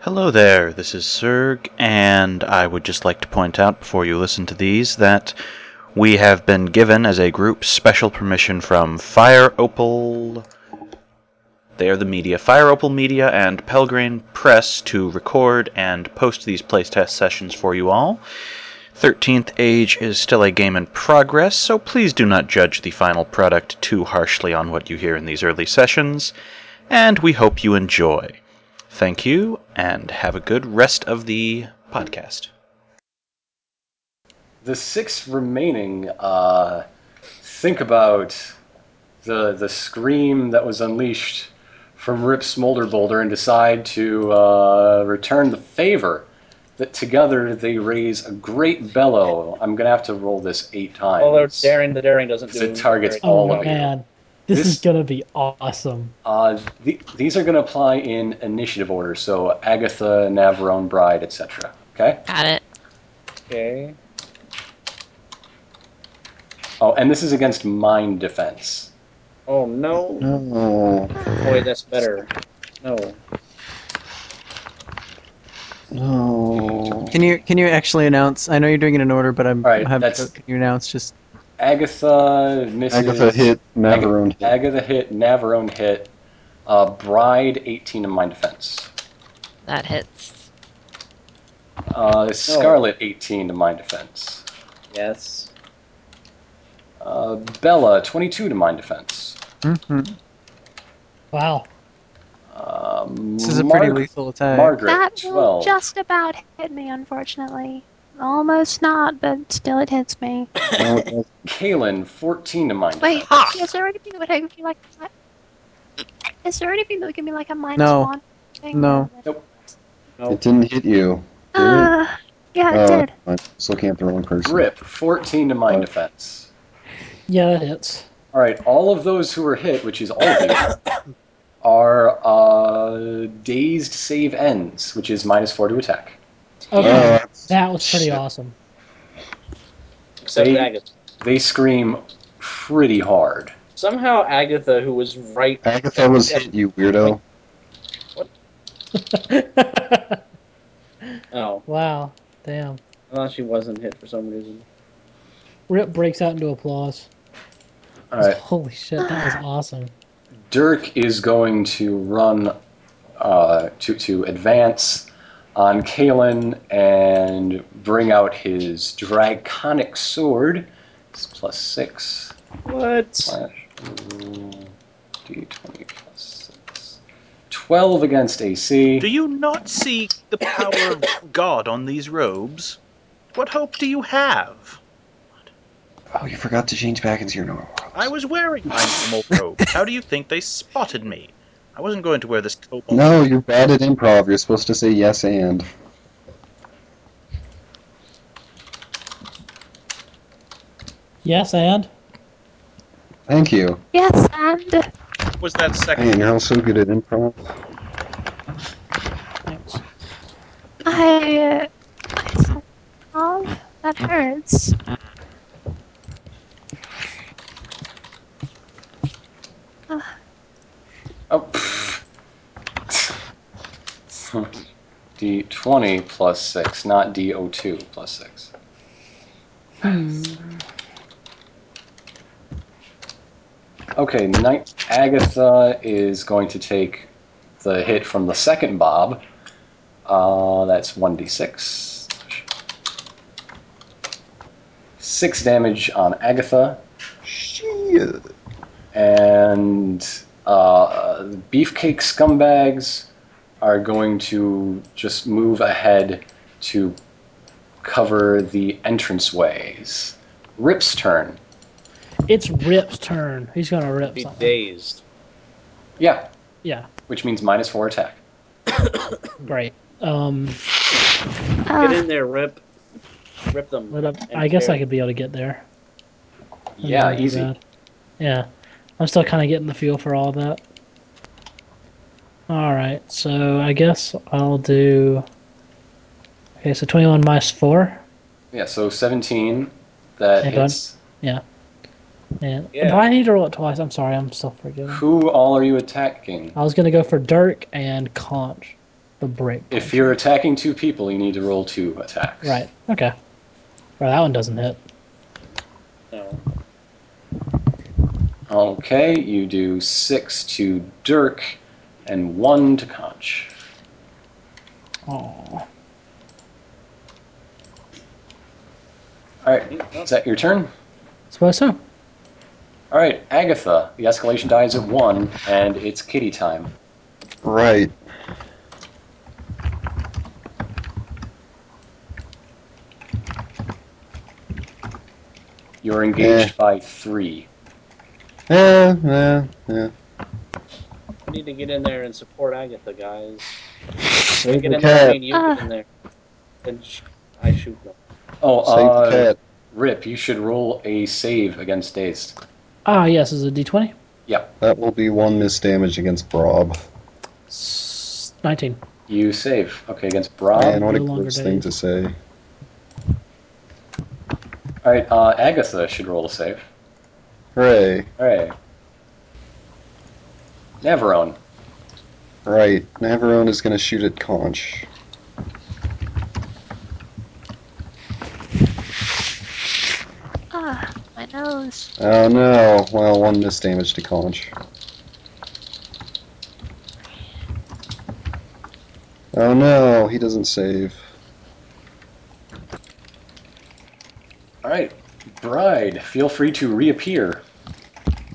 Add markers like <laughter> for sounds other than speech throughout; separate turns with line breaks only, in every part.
Hello there, this is Serg, and I would just like to point out before you listen to these that we have been given as a group special permission from Fire Opal. They are the media, Fire Opal Media and Pelgrane Press, to record and post these playtest sessions for you all. 13th Age is still a game in progress, so please do not judge the final product too harshly on what you hear in these early sessions, and we hope you enjoy. Thank you, and have a good rest of the podcast.
the six remaining uh, think about the the scream that was unleashed from Rip Smolder Boulder and decide to uh, return the favor. That together they raise a great bellow. I'm gonna have to roll this eight times.
Although daring the daring doesn't do
It targets
very-
all
Oh
of you.
man, this,
This-
is gonna be awesome.
Uh, the, these are gonna apply in initiative order. So Agatha, Navarone, Bride, etc. Okay.
Got it.
Okay.
Oh, and this is against mind defense.
Oh no.
No.
Boy, that's better. No.
No.
Can you can you actually announce? I know you're doing it in order, but I'm
All right,
I'm having
that's-
can you announce just
Agatha misses.
Agatha hit, Navarone hit.
Agatha hit, Navarone hit, uh, Bride 18 in my defense,
That hits.
uh, Scarlet 18 to my defense,
Yes.
uh, Bella 22 to my defense.
mm-hmm,
Wow.
Um,
this is a pretty
Marg-
lethal attack.
Margaret
That will
12.
just about hit me, unfortunately. Almost not, but still it hits me.
No, it doesn't.
Kalen 14 to my
Wait,
defense.
is there anything that I can be like? Is there anything that can be like a minus
No.
one? Thing?
No.
Nope.
It didn't hit you. Did it?
Uh, yeah, it
Oh,
did.
I was looking at the wrong person.
Rip 14 to my defense.
Yeah, it hits.
All right, all of those who were hit, which is all of you, are uh, dazed save ends, which is minus four to attack.
Okay,
Uh,
that was pretty
shit.
awesome. <laughs>
Except
They-
Agatha.
They scream pretty hard.
Somehow Agatha, who was right.
Agatha was hit, you weirdo.
Oh,
wow. Damn.
I thought she wasn't hit for some reason.
Rip breaks out into applause.
All right,
Holy shit, that was awesome.
Dirk is going to run uh, to to advance on Kalen and bring out his draconic sword. It's plus six
What?
slash d twenty plus six. Twelve against
Do
AC.
you not see the power of God on these robes? What hope do you have?
Oh, you forgot to change back into your normal. world.
I was wearing my normal robe. How do you think they spotted me? I wasn't going to wear this cobalt.
No, you're bad at improv. You're supposed to say yes and.
Yes, and
Thank you.
Yes, and
Was that second?
Man, you're all so good at improv.
I. Uh, oh, that hurts.
Oh. D twenty plus six, not D O two plus six. Okay, Night Agatha is going to take the hit from the second Bob. Uh, that's 1d6. Six damage on Agatha. And uh, the Beefcake Scumbags are going to just move ahead to cover the entranceways. Rip's turn.
it's Rip's turn. He's gonna rip
Be
something.
dazed.
Yeah,
Yeah,
which means minus four attack.
great. Um,
Get
Uh,
in there, rip. Rip them.
what up- I guess I could be able to get there. That's not
Yeah,
too
easy.
bad. Yeah, I'm still kind of getting the feel for all that. All right, so I guess I'll do. Okay, so 21 minus four,
Yeah, so 17. That
Hang on.
hits.
and
Yeah.
do I need to roll it twice? I'm sorry, I'm still forgetting. Oh.
Who all are you attacking?
I was gonna go for Dirk and Conch. the break.
If you're attacking two people, you need to roll two attacks.
Right. Okay. Well, that one doesn't hit.
No.
Okay, you do six to Dirk and one to Conch.
Oh.
All right, is that your turn?
Suppose so.
All right, Agatha. The escalation dies at one, and it's kitty time.
Right.
You're engaged
Yeah.
by three.
Yeah, yeah, yeah.
We need to get in there and support Agatha, guys. We
Save
get
the
in there, I
cat.
mean, you get in there. Then sh- I shoot them.
Oh,
Save the
uh,
cat.
Rip, you should roll a save against dazed.
Ah, yes, this is a d20.
That will be one miss damage against Brob.
S- 19.
You save. Okay, against Brob.
Man, what a
no longer
gross thing
dazed.
to say.
All right, uh, Agatha should roll a save.
Hooray.
All right. Navarone.
Right. Navarone is going to shoot at Conch.
Ah, my nose.
Oh no. Well, one miss damage to Conch. Oh no, he doesn't save.
All right, Bride. Feel free to reappear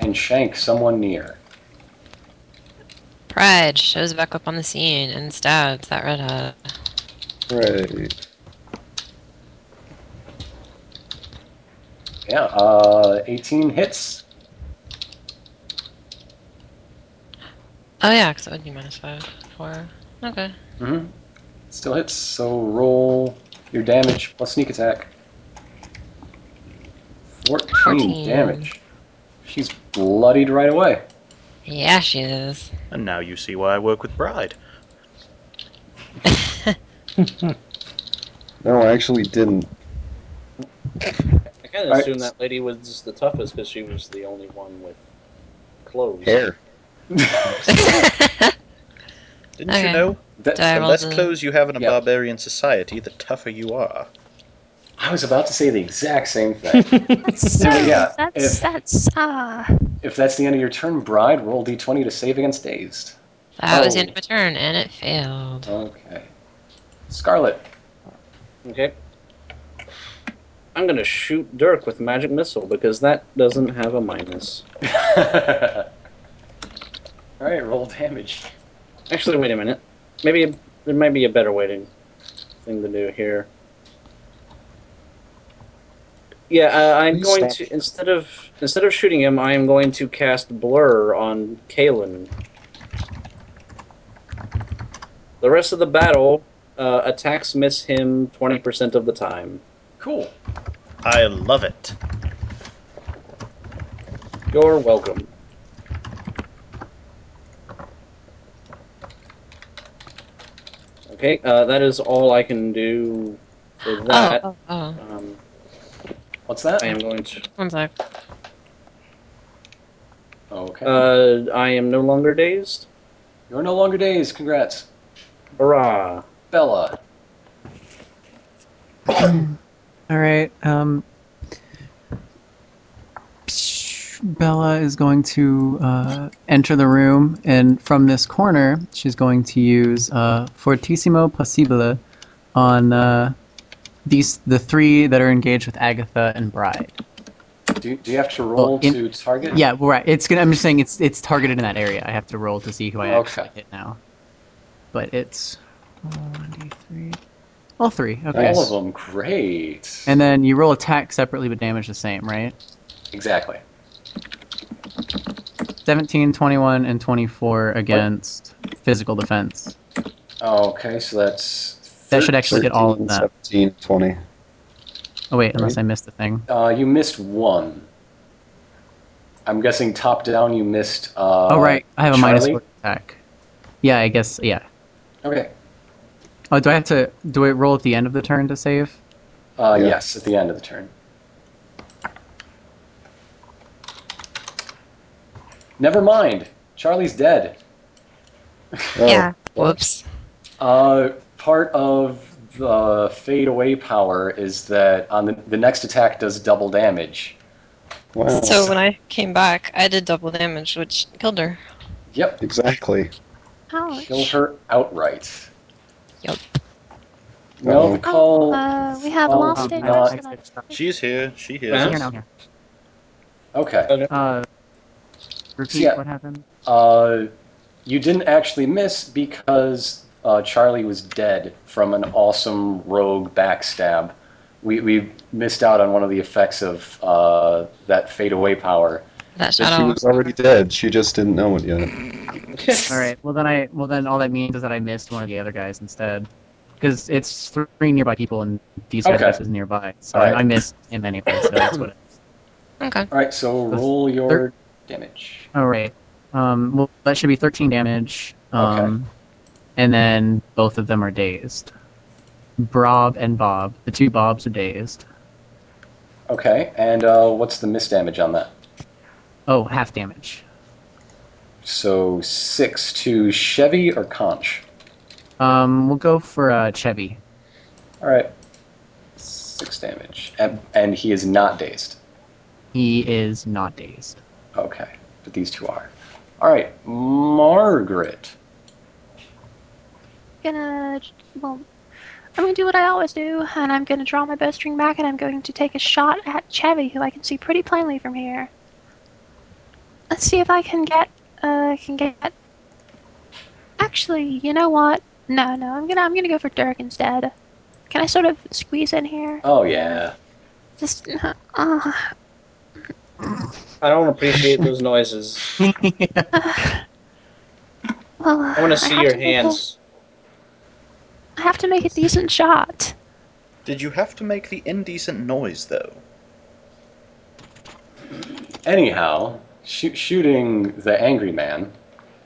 and shank someone near.
Pride shows back up on the scene and stabs that red hat.
Hooray.
Yeah, uh, 18 hits.
Oh yeah, because it would be minus five, four. Okay.
hmm Still hits. So roll your damage plus sneak attack. 14,
14.
damage. She's bloodied right away.
Yeah, she is. <laughs>
And now you see why I work with Bride.
No, I actually didn't.
I kind of
Alright.
assumed that lady was the toughest because she was the only one with clothes.
Hair.
Didn't
Okay.
you know?
That,
Do I
The
roll
less
the-
clothes you have in a
Yeah.
barbarian society, the tougher you are.
I was about to say the exact same thing.
That's
So,
nose.
yeah,
that's
if-
that's ah.
if that's the end of your turn, Bride, roll d20 to save against dazed.
That was the
Oh.
end of my turn, and it failed.
Okay. Scarlet. <laughs>
Okay. I'm gonna shoot Dirk with magic missile because that doesn't have a minus.
All right, roll damage.
Actually, wait a minute. Maybe there might be a better way to thing to do here. Yeah, uh, I'm
Please
going
stop.
to instead of instead of shooting him, I am going to cast blur on Kalen. The rest of the battle, uh, attacks miss him twenty percent of the time.
Cool.
I love it.
You're welcome. Okay, uh, that is all I can do for
Oh,
that.
oh, oh.
Um,
What's that?
I am going to.
One sec.
Okay.
Uh, I am no longer dazed.
You're no longer dazed. Congrats.
Hurrah! <laughs>
Bella.
All right. Um, Bella is going to uh, enter the room, and from this corner, she's going to use uh, Fortissimo Possible on uh, these the three that are engaged with Agatha and Bride.
Do, do you have to roll
Well, Oh, in-
to target?
Yeah, well, right. It's gonna. I'm just saying it's it's targeted in that area. I have to roll to see who I
Okay.
actually hit now. But it's one, d three. All three. Okay.
All of them. Great.
And then you roll attack separately, but damage the same, right?
exactly.
17, 21, and 24 against physical defense.
Okay, so that's.
That should actually hit all of
13,
them.
17, 20.
Oh, wait, unless I missed the thing.
Uh, you missed one. I'm guessing top down. You missed. Uh,
oh, right. I have a minus
Charlie?
four attack. Yeah, I guess, yeah.
Okay.
Oh, do I have to. Do I roll at the end of the turn to save?
Uh,
Yeah.
Yes, at the end of the turn. Never mind. Charlie's dead.
Oh,
Yeah. Whoops.
Uh, part of the fade away power is that on the, the next attack does double damage.
Wow.
So when I came back, I did double damage, which killed her.
Yep,
exactly.
Ouch.
kill her outright.
Yep.
No,
Uh-oh.
the call.
Oh, Uh, we have
Oh,
Um,
lost a
not-
person. on-
She's here. She hears
Huh?
us.
Here now, here.
Okay.
Uh, repeat
Yeah.
what happened.
Uh, you didn't actually miss because uh, Charlie was dead from an awesome rogue backstab. We, we missed out on one of the effects of uh, that fade away power.
That
But she
shadow.
was already dead. She just didn't know it yet.
All right. Well then I. Well then all that means is that I missed one of the other guys instead, because it's three nearby people and these guys
Okay.
are just nearby. So
All
I-
right.
I missed him anyway. So that's what. It
<laughs>
is.
Okay.
All right, so roll your damage.
All right. Um. Well that should be thirteen damage. Um, And then both of them are dazed. Brob and Bob. The two Bobs are dazed.
Okay, and uh, what's the miss damage on that?
Oh, half damage.
So six to Chevy or Conch.
Um. We'll go for uh, Chevy.
All right, six damage, and, and he is not dazed.
He is not dazed.
Okay, but these two are. All right, Margaret.
gonna well I'm gonna do what I always do, and I'm gonna draw my bowstring back, and I'm going to take a shot at Chevy, who I can see pretty plainly from here. Let's see if I can get, uh, can get. Actually, you know what? No, no, I'm gonna, I'm gonna go for Dirk instead. Can I sort of squeeze in here?
Oh yeah.
Just, uh,
I don't appreciate those noises.
well,
I want to see
<laughs> have
your
to make a-
hands.
I have to make a decent shot.
Did you have to make the indecent noise though?
Anyhow, shoo- shooting the angry man.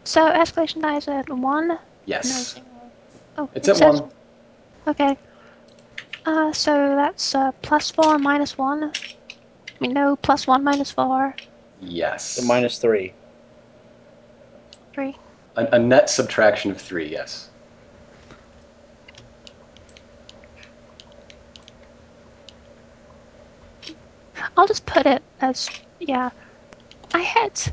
So escalation die is at one.
Yes,
Oh,
it's
it
at
says-
one.
Okay. Uh, so that's uh, plus four, minus one. I mean, no, plus one, minus four,
Yes.
The minus three.
three.
a, a net subtraction of three. Yes.
I'll just put it as yeah. I hit.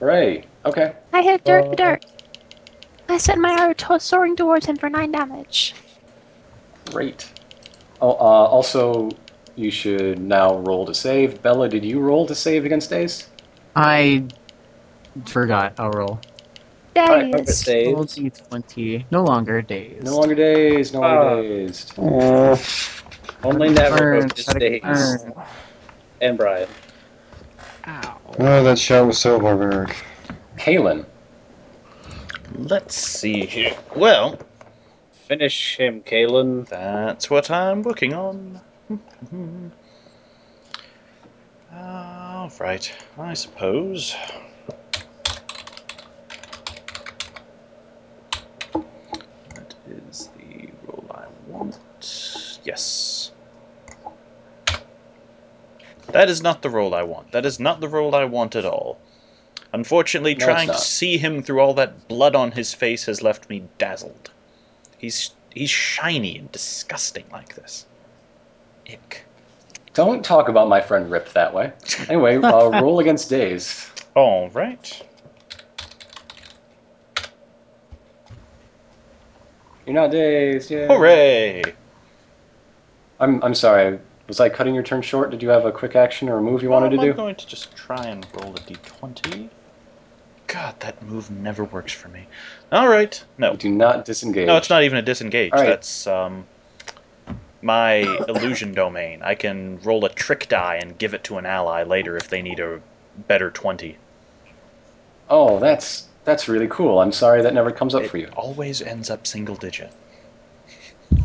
Hooray. Okay.
I hit Dirk
Uh,
the Dirk. I sent my arrow to- soaring towards him for nine damage.
Great. Oh, uh, also, you should now roll to save. Bella, did you roll to save against Ace?
I forgot. I'll roll.
There
Alright,
he
Hope it
is.
Roll
saves.
d20. No longer dazed.
No longer dazed. No
Ah.
longer dazed.
Uh,
Only never
Burn,
hope it
gotta get
stays.
burned.
And Brian.
Ow.
oh, that shot was so barbaric.
Kalen.
Let's see here. Well,
Finish him, Kalen.
that's what I'm working on. <laughs> All right, I suppose. That is the roll I want. Yes. That is not the roll I want. That is not the roll I want at all. Unfortunately,
No, it's
trying to
not.
see him through all that blood on his face has left me dazzled. He's he's shiny and disgusting like this. Ick.
Don't talk about my friend Rip that way. Anyway, uh, roll against dazed.
All right.
You're not dazed. Yeah.
Oh, Hooray!
I'm I'm sorry. Was I cutting your turn short? Did you have a quick action or a move you
Um,
wanted to do?
I'm going to just try and roll a d20. God, that move never works for me. All right. No.
You do not disengage.
No, it's not even a disengage.
All right.
That's um my illusion domain. I can roll a trick die and give it to an ally later if they need a better 20.
Oh, that's that's really cool. I'm sorry that never comes up for you.
It always ends up single digit.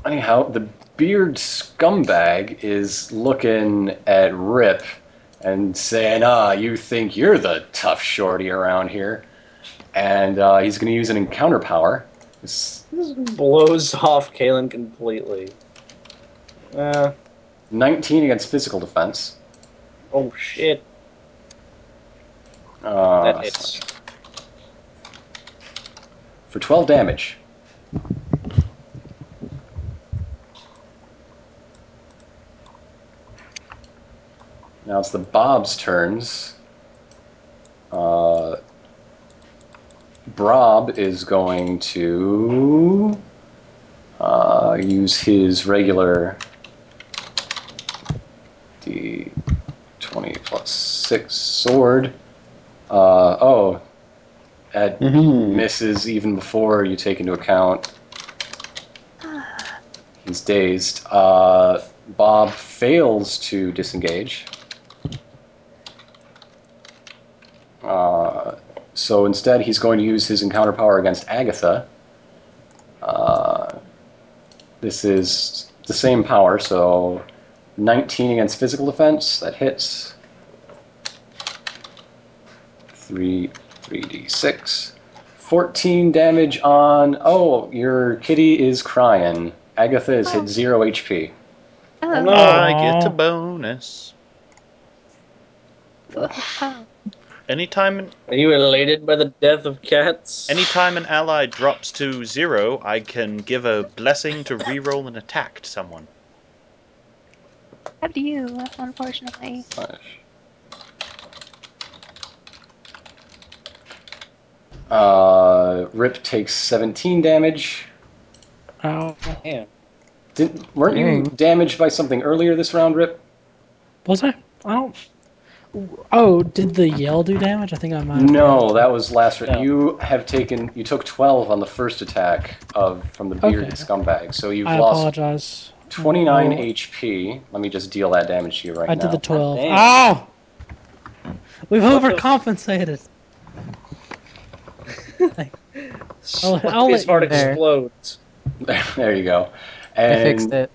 Anyhow, the beard scumbag is looking at Rip and saying, "Ah, you think you're the tough shorty around here?" And uh, he's going to use an encounter power. It's
Blows <laughs> off Kalen completely. Uh,
19 against physical defense.
oh shit.
Uh,
That hits.
for 12 damage. Now it's the Bob's turns. Uh, Brob is going to uh, use his regular D20 plus 6 sword. Uh, oh, that
Mm-hmm.
misses even before you take into account. He's dazed. Uh, Bob fails to disengage. Uh, so instead, he's going to use his encounter power against Agatha. Uh, this is the same power, so 19 against physical defense, that hits. 3, 3d6. 14 damage on. Oh, your kitty is crying. Agatha is hit 0 HP.
Oh,
no.
I get a bonus.
oh.
Anytime an
Are you elated by the death of cats? <laughs>
anytime an ally drops to zero, I can give a blessing to reroll an attack to someone.
Up to you, unfortunately.
Flash. Uh, Rip takes 17 damage.
Ow.
Yeah.
Didn't, weren't
Dang.
you damaged by something earlier this round, Rip?
Was I? I don't. Oh, did the yell do damage? I think I might. have-
No, that was last round.
No.
You have taken you took 12 on the first attack of from the bearded
Okay.
scumbag, so you've
I
lost
apologize.
29
Oh,
HP. Let me just deal that damage to you right
I
now.
did the Ah! 12.
Damn.
Ow! We've
What the-
overcompensated. I'll,
Let
I'll
his
let
heart
you
there.
explodes.
<laughs> there you go.
I
And
fixed it.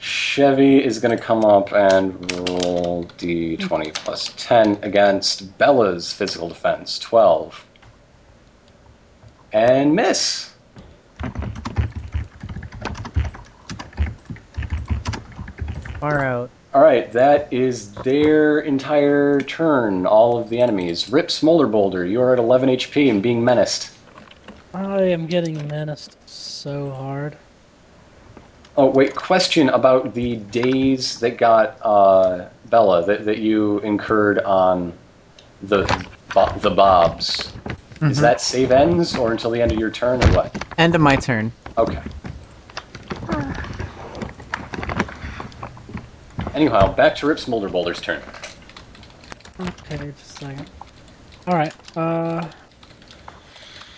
Chevy is going to come up and roll d20 plus 10 against Bella's physical defense, 12. And miss.
Far out.
All right, that is their entire turn, all of the enemies. Rip Smolder Boulder, you are at 11 HP and being menaced.
I am getting menaced so hard.
Oh, wait, question about the days that got uh, Bella, that, that you incurred on the, bo- the Bobs. Is
Mm-hmm.
Mhm.
that save ends or until the end of your turn or what?
End of my turn.
Okay. Anyhow, back to Rip Smolder Boulder's turn.
Okay, just a second. Alright, uh.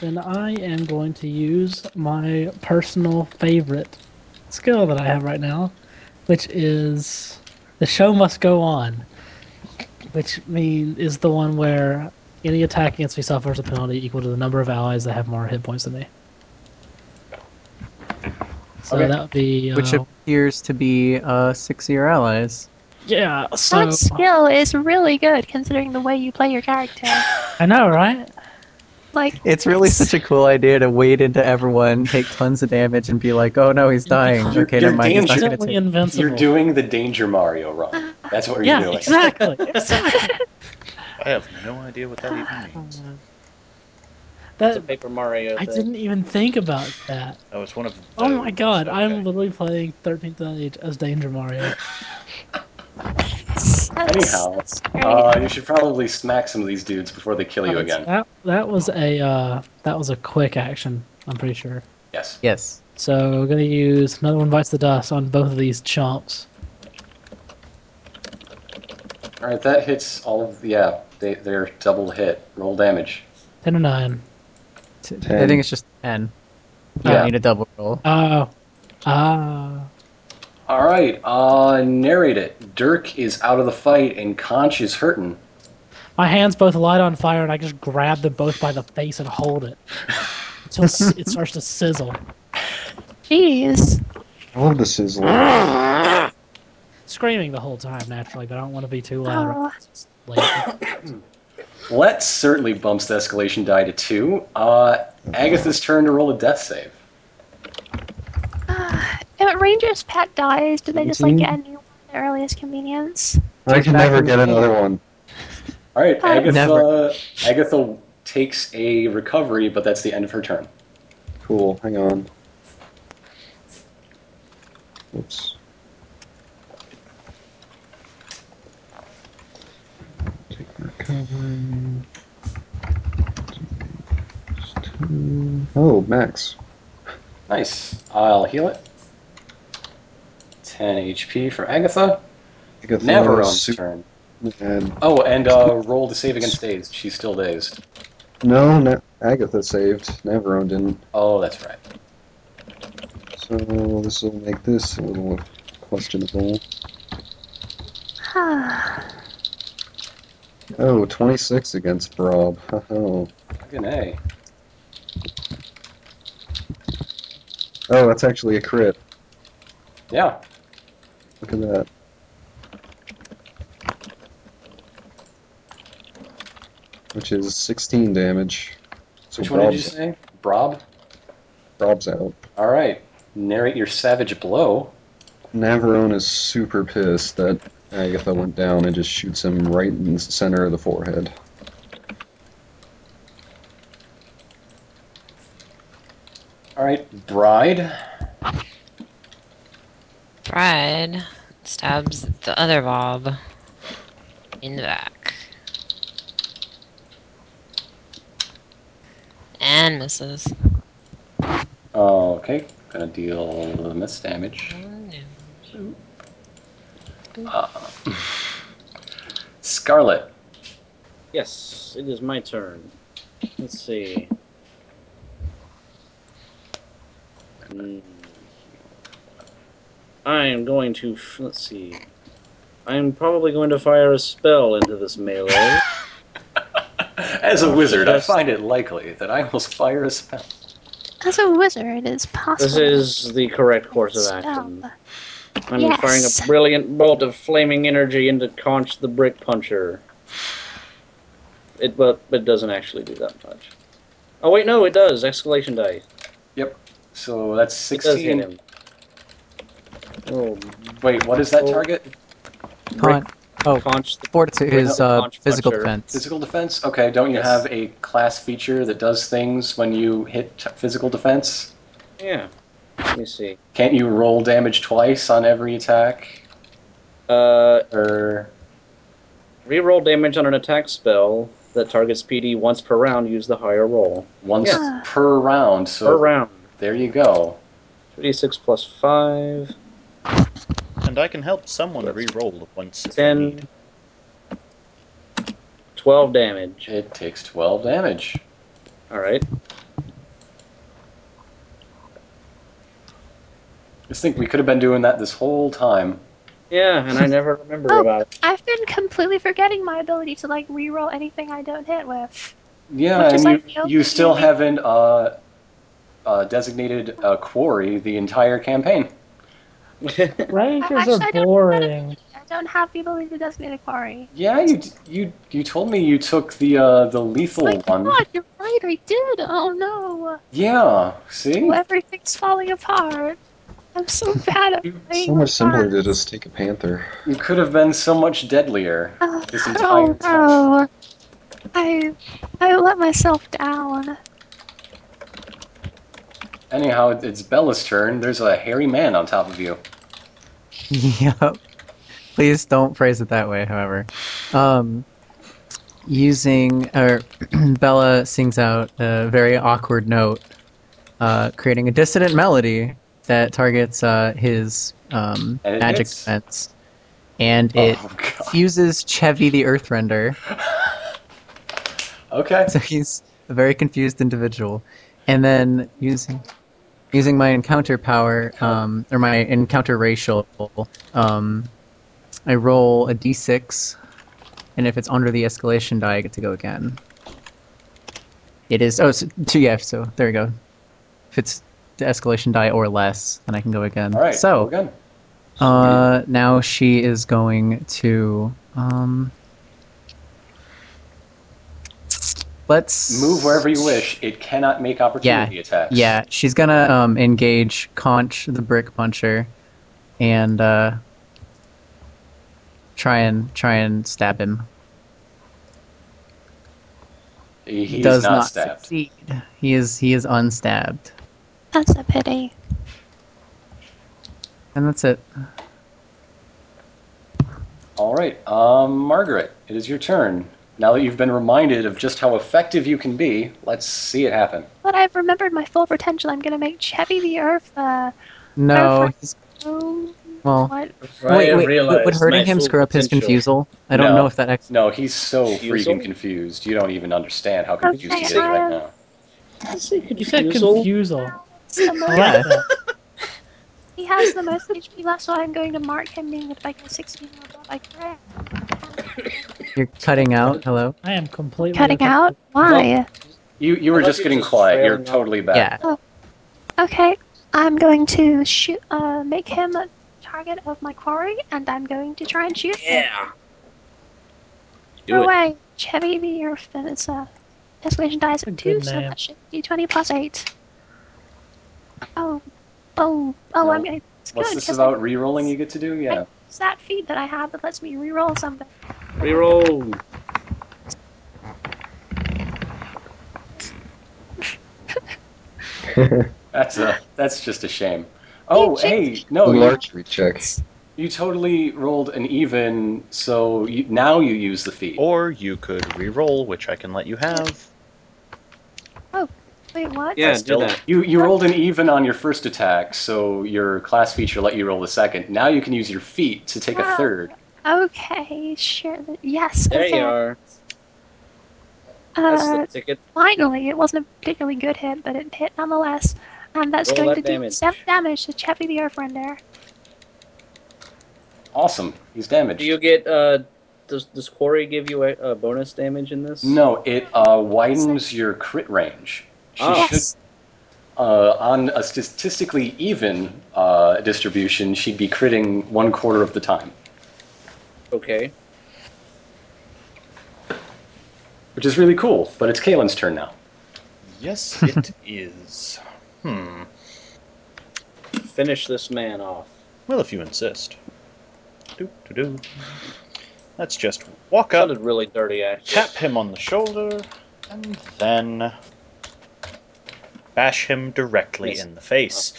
Then I am going to use my personal favorite skill that I have right now, which is the show must go on. Which mean is the one where any attack against me suffers a penalty equal to the number of allies that have more hit points than me. So
Okay.
that would be uh,
which appears to be uh, six of your allies.
yeah. So
that skill is really good considering the way you play your character.
I know, right?
Like,
It's really such a cool idea to wade into everyone, take tons of damage, and be like, "Oh no, he's dying."
You're-
okay,
you're
never mind. He's not gonna
Instantly
take.
invincible.
You're doing the Danger Mario wrong. That's what you're
yeah,
doing. <laughs>
exactly. exactly.
I have no idea what that even means.
It's a
That,
Paper Mario.
I
thing.
didn't even think about that.
Oh, it's one of.
Oh my
those.
god,
Okay.
I'm literally playing 13th Age as
<laughs>
Danger Mario.
that's,
Anyhow,
<laughs> that's great.
Uh, you should probably smack some of these dudes before they kill you
Oh, That's-
again.
That, that was a uh, that was a quick action. I'm pretty sure.
Yes.
Yes.
So I'm gonna use another one bites the dust on both of these chumps.
All right, that hits all of. Yeah, they, they're double hit. Roll damage.
Ten and nine.
T- I think it's just ten. You
Yeah.
don't need a double roll.
Oh, ah,
All right, uh, narrate it. Dirk is out of the fight and Conch is hurting.
my hands both light on fire, and I just grab them both by the face and hold it until s- it starts to sizzle.
Jeez.
I love the sizzle.
Screaming the whole time, naturally, but I don't want to be too loud. or
Oh,
late.
Let's certainly bumps the escalation die to two. Uh, Agatha's turn to roll a death save.
<sighs> if Ranger's pet dies, do they just like
Mhm.
get a new one at their earliest convenience? <sighs>
I can
Back
never
in the
get
game.
another one.
All right,
I-
Agatha.
Never.
Agatha takes a recovery, but that's the end of her turn.
Cool. Hang on. Oops. Oh, max.
Nice. I'll heal it. 10 HP for Agatha.
I got
Navarone's
super-
turn.
and-
Oh, and uh, roll to save against dazed. She's still dazed.
no, Na- Agatha saved. Navarone didn't.
Oh, that's right.
So this will make this a little questionable. Oh, 26 against Brob. Oh,
Fucking A.
oh, that's actually a crit.
Yeah.
Look at that. Which is 16 damage. So
Which one did you
Brob's-
say? Brob?
Brob's out.
All right. Narrate your savage blow.
Navarone is super pissed that Agatha went down and just shoots him right in the center of the forehead.
All right. Bride.
Bride stabs the other Bob in the back. And misses.
Okay. Gonna deal the miss damage.
Oh, no.
Scarlet.
Yes, it is my turn. Let's see. Mm. I am going to. F- let's see. I am probably going to fire a spell into this melee.
<laughs>
As
Oh,
a wizard, I find it likely that I will fire a spell.
As a wizard, it's possible.
This is the correct course of action.
Spell.
I'm
Yes.
firing a brilliant bolt of flaming energy into Conch the Brick Puncher. It but it doesn't actually do that much. Oh wait, no, it does. Exclamation die.
So that's
It does hit
16.
him. Oh,
Wait, what is that
Oh.
target?
brick
Con- oh,
Conch the
fortitude
Wait,
is
no,
uh,
Conch
physical
Puncher.
defense.
Physical defense? Okay, don't you
Yes.
have a class feature that does things when you hit t- physical defense?
yeah. Let me see.
Can't you roll damage twice on every attack?
Uh,
Or
reroll damage on an attack spell that targets PD once per round. Use the higher roll
once
Yes.
per round? So
per round.
there you go.
Thirty-six plus five.
And I can help someone re-roll once. if they
Ten.
need.
12 damage.
It takes 12 damage.
All right.
Just think we could have been doing that this whole time.
Yeah, and I never remembered
Oh.
about it.
I've been completely forgetting my ability to like reroll anything I don't hit with.
Yeah,
Which
and
is
you,
like the only
you still
thing-
haven't uh, uh, designated a quarry the entire campaign.
Rangers
Actually,
are
I don't-
boring.
I don't have the ability to designate a quarry.
Yeah, you d- you you told me you took the uh, the lethal
My
one.
God, you're right. I did. Oh no.
Yeah, see,
Well, everything's falling apart. I'm so <laughs> bad at playing
So much simpler
cards.
to
<sighs>
just take a panther.
you could have been so much deadlier.
Oh,
this entire
oh no. I I let myself down.
Anyhow, it- it's Bella's turn. There's a hairy man on top of you.
<laughs> Yep. Please don't phrase it that way, however. Um, using, or <clears throat> Bella sings out a very awkward note, uh, creating a dissonant melody that targets uh, his um,
And it
magic
hits?
defense. And it
Oh god.
fuses Chevy the Earth Render,
<laughs> Okay.
so he's a very confused individual. And then using using my encounter power, um, or my encounter racial, um, I roll a d6, and if it's under the escalation die, I get to go again. It is oh so, two yeah so there we go. If it's the escalation die or less, then I can go again.
All right.
so
we're good.
uh, now she is going to um. Let's
move wherever you wish. It cannot make opportunity attacks.
Yeah, she's gonna um, engage Conch the Brick Puncher, and uh, try and try and stab him.
He- He's
Does
not,
not,
stabbed.
succeed. He is he is unstabbed,
That's a pity.
and that's it.
All right. Um, Margaret, it is your turn. Now that you've been reminded of just how effective you can be, let's see it happen.
But I've remembered my full potential. I'm gonna make Chevy the Earth. Uh,
No,
Perfect.
he's,
oh,
well,
what?
wait, wait, would- would hurting him screw up his confusal? I don't
No.
know if that actually.
No, he's so
Confused?
freaking confused. You don't even understand how confused he
Okay,
is right
uh,
now.
You said
Confusal?
confusal.
The most-
Yeah.
He has the most HP left, so I'm going to mark him being if I go 16 or above. I crit.
You're cutting out. Hello.
I am completely
Cutting out? Why?
You you were
I thought
just
you
getting
just
quiet. You're
failed now.
totally back.
Yeah.
Okay, I'm going to shoot. Uh, make him a target of my quarry, and I'm going to try and shoot him.
Yeah. Do
No
it.
way. Chevy the Earth. Then it's uh, escalation dies
That's
at
a
two,
good
so
name.
that should be 20 plus eight. Oh, oh, oh! I'm.
No.
It's
What's
good,
this
'cause
about
I
rerolling you get to do? Yeah.
use that feat that I have that lets me reroll something.
Reroll.
That's a that's just a shame. Oh, hey, no, you,
Larceny check.
you totally rolled an even, so you, now you use the feat.
Or you could re-roll, which I can let you have.
Wait, what?
Yeah, do
still-
that.
You you rolled an even on your first attack, so your class feature let you roll the second. Now you can use your feet to take a
Wow.
third.
Okay, sure. th- Yes.
There
okay.
you are. That's
Uh,
the ticket.
finally, it wasn't a particularly good hit, but it hit nonetheless. And that's
Roll
going
that
to do
damage.
seven damage to Chappy the Earth friend there.
Awesome. He's damaged.
Do you get uh? Does does quarry give you a, a bonus damage in this?
No, it uh, widens your crit range. She
Oh.
should
Yes.
uh, on a statistically even uh, distribution, she'd be critting one quarter of the time,
Okay.
which is really cool. But it's Kalen's turn now.
<laughs> Yes, it is. Hmm.
Finish this man off.
Well, if you insist. Do do do. Let's just walk up,
Sounded really dirty, actually.
tap him on the shoulder, and then bash him directly
Yes.
in the <laughs> face.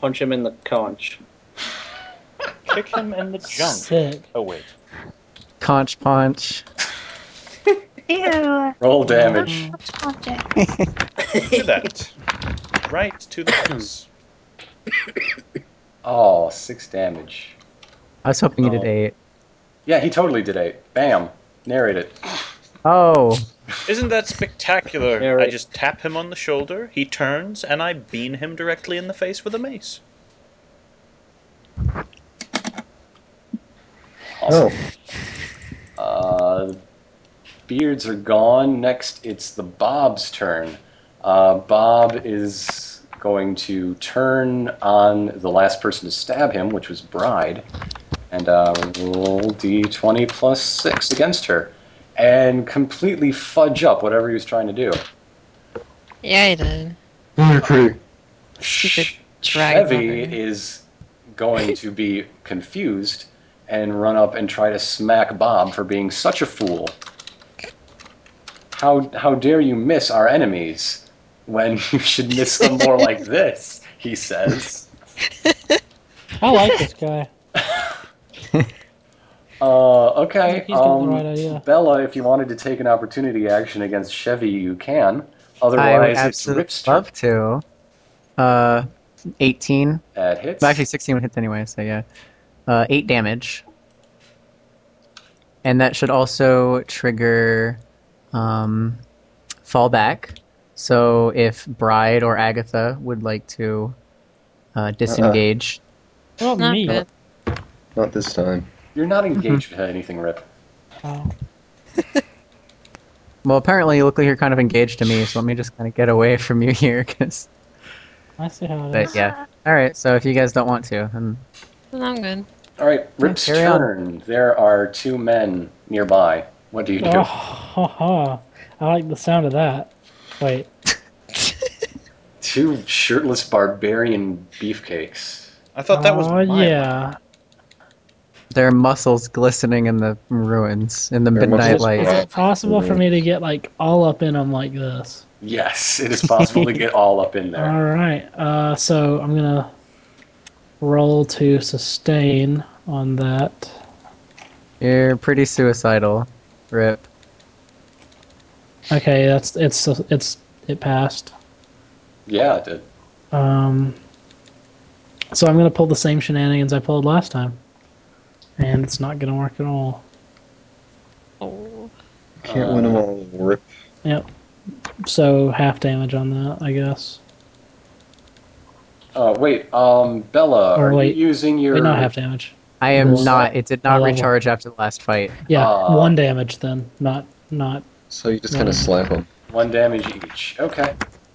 Punch him in the conch.
Kick him in the junk.
Sick.
Oh wait.
Conch punch.
Ew.
Roll damage.
Object. <sighs>
Do <laughs> that. Right to the face.
Oh, six damage.
I was hoping you did
Oh.
eight.
Yeah, he totally did eight. Bam. Narrate it.
Oh,
Isn't that spectacular?
Yeah, right.
I just tap him on the shoulder, he turns, and I bean him directly in the face with a mace.
Oh,
Uh, beards are gone. Next, it's the Bob's turn. Uh, Bob is going to turn on the last person to stab him, which was Bride, and uh, roll d20 plus 6 against her, and completely fudge up whatever he was trying to do.
Yeah, I did.
you're pretty.
Stupid dragon
Chevy
robber.
is going to be confused and run up and try to smack Bob for being such a fool. How how dare you miss our enemies when <laughs> you should miss them more like this? He says.
I like this guy.
Uh,
I
okay.
think he's got the
um,
right idea.
Bella, if you wanted to take an opportunity action against Chevy, you can.
I would
Otherwise, it's
absolutely
Ripster
love to. Uh, 18.
at hits.
Well, Actually, 16 hits anyway, so yeah. Uh, 8 damage. And that should also trigger um, Fallback. So if Bride or Agatha would like to uh,
Uh-uh.
disengage.
What about
Not
Oh, me?
good.
Not this time.
You're not
Mm-hmm.
engaged with anything, Rip.
Oh.
Well, apparently you look like you're kind of engaged to me, so let me just kind of get away <laughs> from you here. Cause...
I see how it
But
is.
yeah. Alright, so if you guys don't want to, then
No, I'm good.
All right, Rip's
carry on.
turn. There are two men nearby. What do you do?
Oh, ha, ha. I like the sound of that. Wait,
Two shirtless barbarian beefcakes.
I thought that was
oh
my
yeah.
their muscles glistening in the ruins, in the
Their
midnight
muscles
light.
Is it possible for me to get like all up in them like this?
Yes, it is possible to get all up in there.
<laughs> All right. Uh, so I'm gonna roll to sustain on that.
You're pretty suicidal. Rip.
Okay, that's it's it's it passed.
Yeah, it did.
Um, so I'm gonna pull the same shenanigans I pulled last time, and it's not gonna work at all.
Oh.
Can't
Uh,
win them all. Rip.
Yep. So half damage on that, I guess.
Uh, wait, um, Bella,
Or
are
wait.
you using your?
Wait, not half damage.
I am
Well,
not. It did
I
not
love it.
recharge after the last fight.
Yeah,
Uh.
Ah.
one damage then. Not not.
So you just kind
Wow.
of slap them.
One damage each. Okay.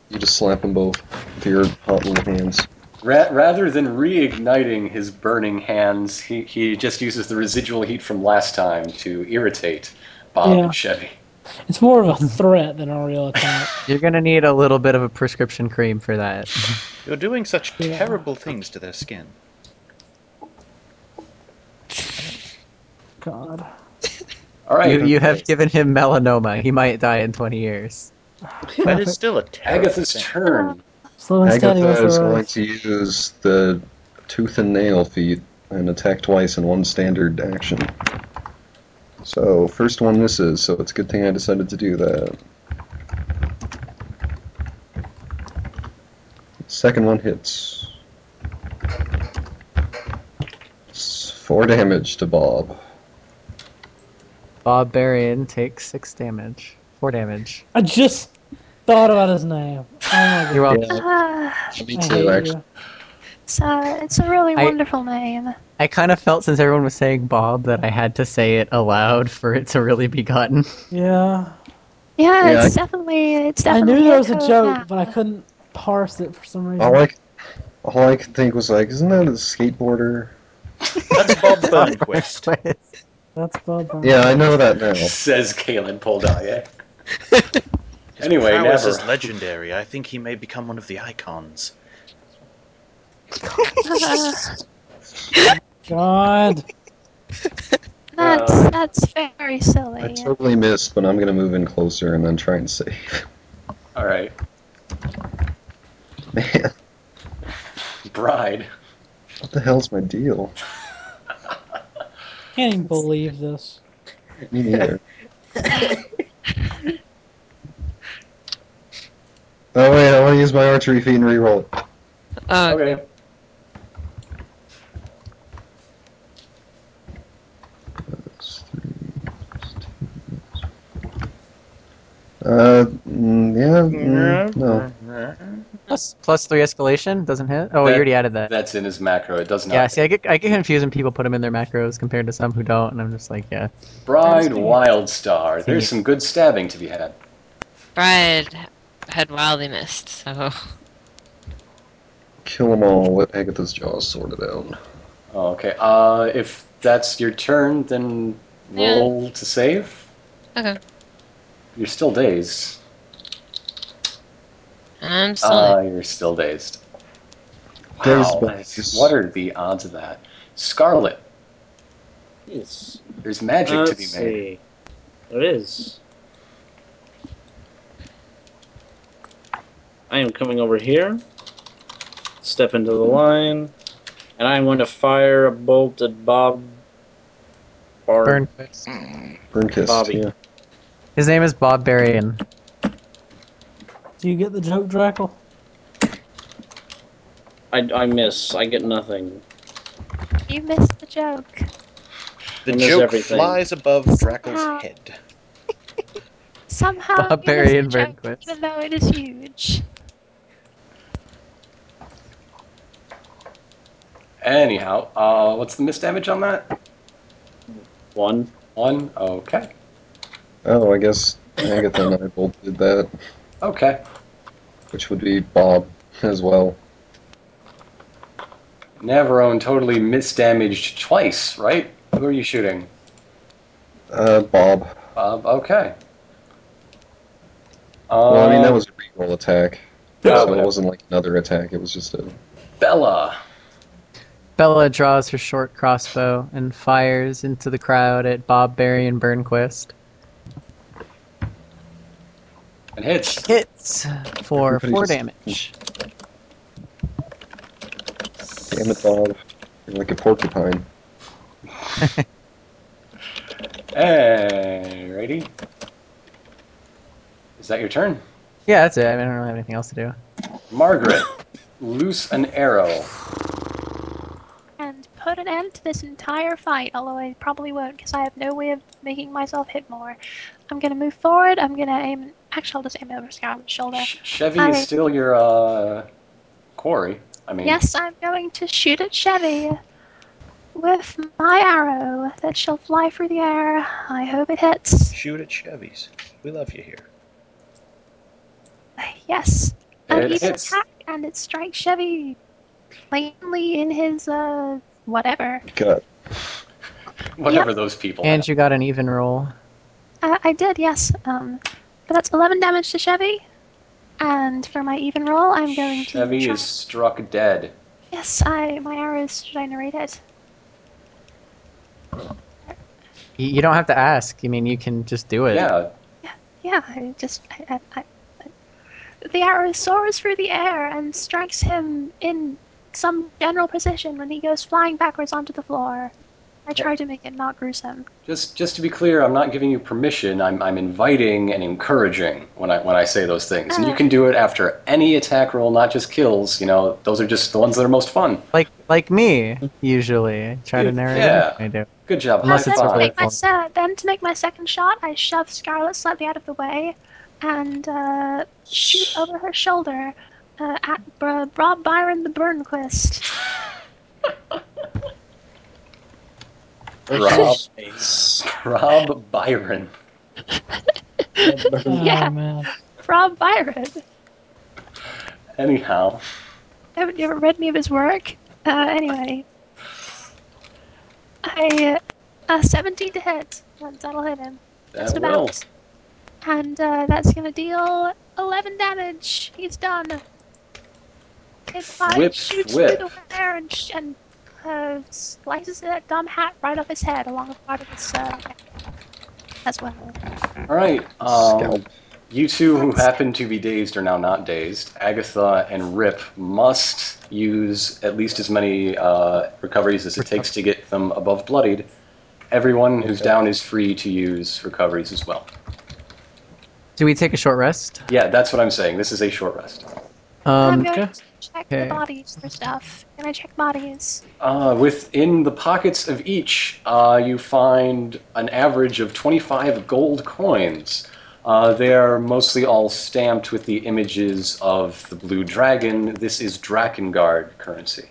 You just slap them both with your hot little hands.
Ra- rather than reigniting his burning hands, he, he just uses the residual heat from last time to irritate Bob
Yeah.
and Chevy.
It's more of a threat than a real attack.
You're gonna need a little bit of a prescription cream for that.
You're doing such
Yeah.
terrible things to their skin.
<laughs> God.
All right.
you, you have given him melanoma. He might die in 20 years.
That is still a terrible
Agatha's <laughs>
thing.
turn.
Slow and steady wins
Agatha is
the
going
race.
to use the tooth and nail feat and attack twice in one standard action. So first one misses. So it's a good thing I decided to do that. Second one hits. It's four damage to Bob.
Bob Barian takes six damage. Four damage.
I just thought about his name. Oh
<laughs>
my god.
You're welcome.
Ah,
Me
I
too,
hate
actually.
you.
it's, uh, it's a really
I-
wonderful name.
I kind of felt since everyone was saying Bob that I had to say it aloud for it to really be gotten. <laughs>
Yeah.
Yeah,
Yeah,
it's definitely it's
I
definitely.
knew there was a
echoed
joke,
now.
but I couldn't parse it for some reason.
All I, c- all I could think was like, isn't that a skateboarder?
That's <laughs> Bob Burnquist.
That's Bob. Burns.
Yeah, I know that
<laughs>
now.
Says Kalen
<laughs>
Poldaye. anyway,
Powers
never.
is legendary. I think he may become one of the icons.
<laughs>
<laughs>
God.
That's
Uh,
that's very silly.
I totally missed, but I'm gonna move in closer and then try and save.
All right.
<laughs> Man,
Bride.
what the hell's my deal?
Can't even believe this.
Me neither. oh wait, I want to use my archery feat and reroll it.
Uh,
Okay.
That's three, plus two, plus four. Uh, mm, yeah, mm, no.
plus, plus three escalation doesn't hit. Oh,
That-
you already added that.
That's in his macro. It does not.
yeah, see, I get I get confused when people put them in their macros compared to some who don't, and I'm just like, yeah.
Bride Wildstar. There's
Yeah.
some good stabbing to be had.
Bride had wildly missed, so.
Kill them all. Let Agatha's jaws sort it out.
Oh, okay. Uh, if that's your turn, then
Yeah.
roll to save.
Okay.
You're still dazed.
I'm still.
Ah, you're still dazed.
Dazed
Wow.
bunnies.
What are the odds of that? Scarlet.
Yes.
There's magic
Let's
to be made.
see. There is. I am coming over here. Step into the line, and I'm going to fire a bolt at Bob. Bar-
Burn.
Burnkiss.
Bobby.
Yeah.
His name is Bob Barian.
Do you get the joke, Drackle?
I, I miss. I get nothing.
You missed the joke.
The
And there's
joke
everything.
flies above
Ah.
Drackle's head.
Somehow you
Barbarian
missed the joke,
Burnquist.
even though it is huge.
Anyhow, uh, what's the miss damage on that?
One.
One. Okay.
Oh, I guess Agatha and I both did that.
Okay.
which would be Bob as well.
Navarone totally misdamaged twice, right? Who are you shooting?
Uh, Bob.
Bob. Okay.
Well, I mean
Uh,
that was a reroll attack,
Yeah,
so it
whatever.
wasn't like another attack. It was just a.
Bella.
Bella draws her short crossbow and fires into the crowd at Bob Barian Burnquist.
It hits.
Hits for
Everybody
four
just-
damage.
Damn it, Bob! You're like a porcupine.
Alrighty. Is that your turn?
Yeah, that's it. I, mean, I don't really have anything else to do.
Margaret, loose an arrow.
and put an end to this entire fight, although I probably won't because I have no way of making myself hit more. I'm gonna move forward, I'm gonna aim actually I'll just aim over Scout's shoulder.
Sh- Chevy
Alright.
is still your uh, quarry. I mean,
Yes, I'm going to shoot at Chevy with my arrow that shall fly through the air. I hope it hits.
Shoot at Chevy's. We love you here.
Yes. An
It
even
hits.
attack and it strikes Chevy plainly in his uh whatever.
Cut.
whatever those people.
And you got an even roll.
Uh, I, I did, yes. Um, but that's 11 damage to Chevy. And for my even roll, I'm going to.
Chevy
try-
is struck dead.
Yes, I my arrow is generated.
You, you don't have to ask. I mean, you can just do it.
Yeah,
Yeah, I just I, I, I, the arrow soars through the air and strikes him in some general position when he goes flying backwards onto the floor. I tried to make it not gruesome.
Just, just to be clear, I'm not giving you permission. I'm, I'm inviting and encouraging when I, when I say those things.
Uh.
And you can do it after any attack roll, not just kills. You know, those are just the ones that are most fun.
Like like me usually I try to narrate
Yeah.
everything I do.
Good job.
Unless
High
it's
then,
five.
to make my
roll.
se- then to make my second shot, I shove Scarlet slightly out of the way and uh, shoot over her shoulder uh, at Br- Rob Byron the Burnquist.
Rob,
Space.
Rob Byron.
<laughs> Yeah.
Oh, man.
Rob Byron.
Anyhow,
Haven't you ever read any of his work? Uh, anyway, I uh, 17 to hit. Once that'll hit him.
that
Just
will.
about. And uh, that's gonna deal 11 damage. He's done. His body
Whip,
shoots
whip.
through the air and, sh- and uh, slices that dumb hat right off his head, along with part of his uh, as well.
All right. Um,
Scalp.
you two who happen to be dazed are now not dazed. Agatha and Rip must use at least as many uh, recoveries as it takes to get them above bloodied. Everyone who's down is free to use recoveries as well.
Do we take a short rest?
Yeah, that's what I'm saying. This is a short rest.
I'm
Um,
going to check the
Okay.
bodies for stuff. Can I check bodies?
Uh, within the pockets of each, uh, you find an average of 25 gold coins. Uh, they are mostly all stamped with the images of the blue dragon. This is Drakengard currency.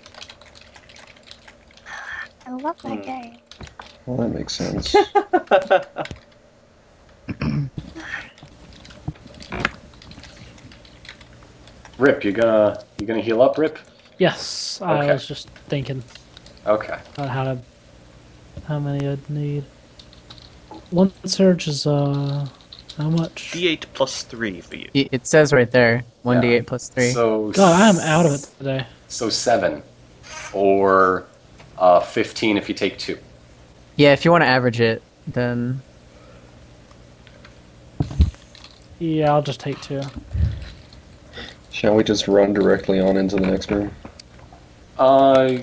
I love
Hmm.
that game.
Well, Oh, that makes sense.
Rip, you gonna you gonna heal up, Rip?
Yes, I
Okay.
was just thinking
Okay.
about how to, how many I'd need. One surge is uh, how much?
D8 plus 3 for you.
y- it says right there, one d eight plus three.
So
God, I'm out of it today.
So seven, or uh, 15 if you take two.
yeah, if you want to average it, then
Yeah, I'll just take two.
Shall we just run directly on into the next room?
Uh,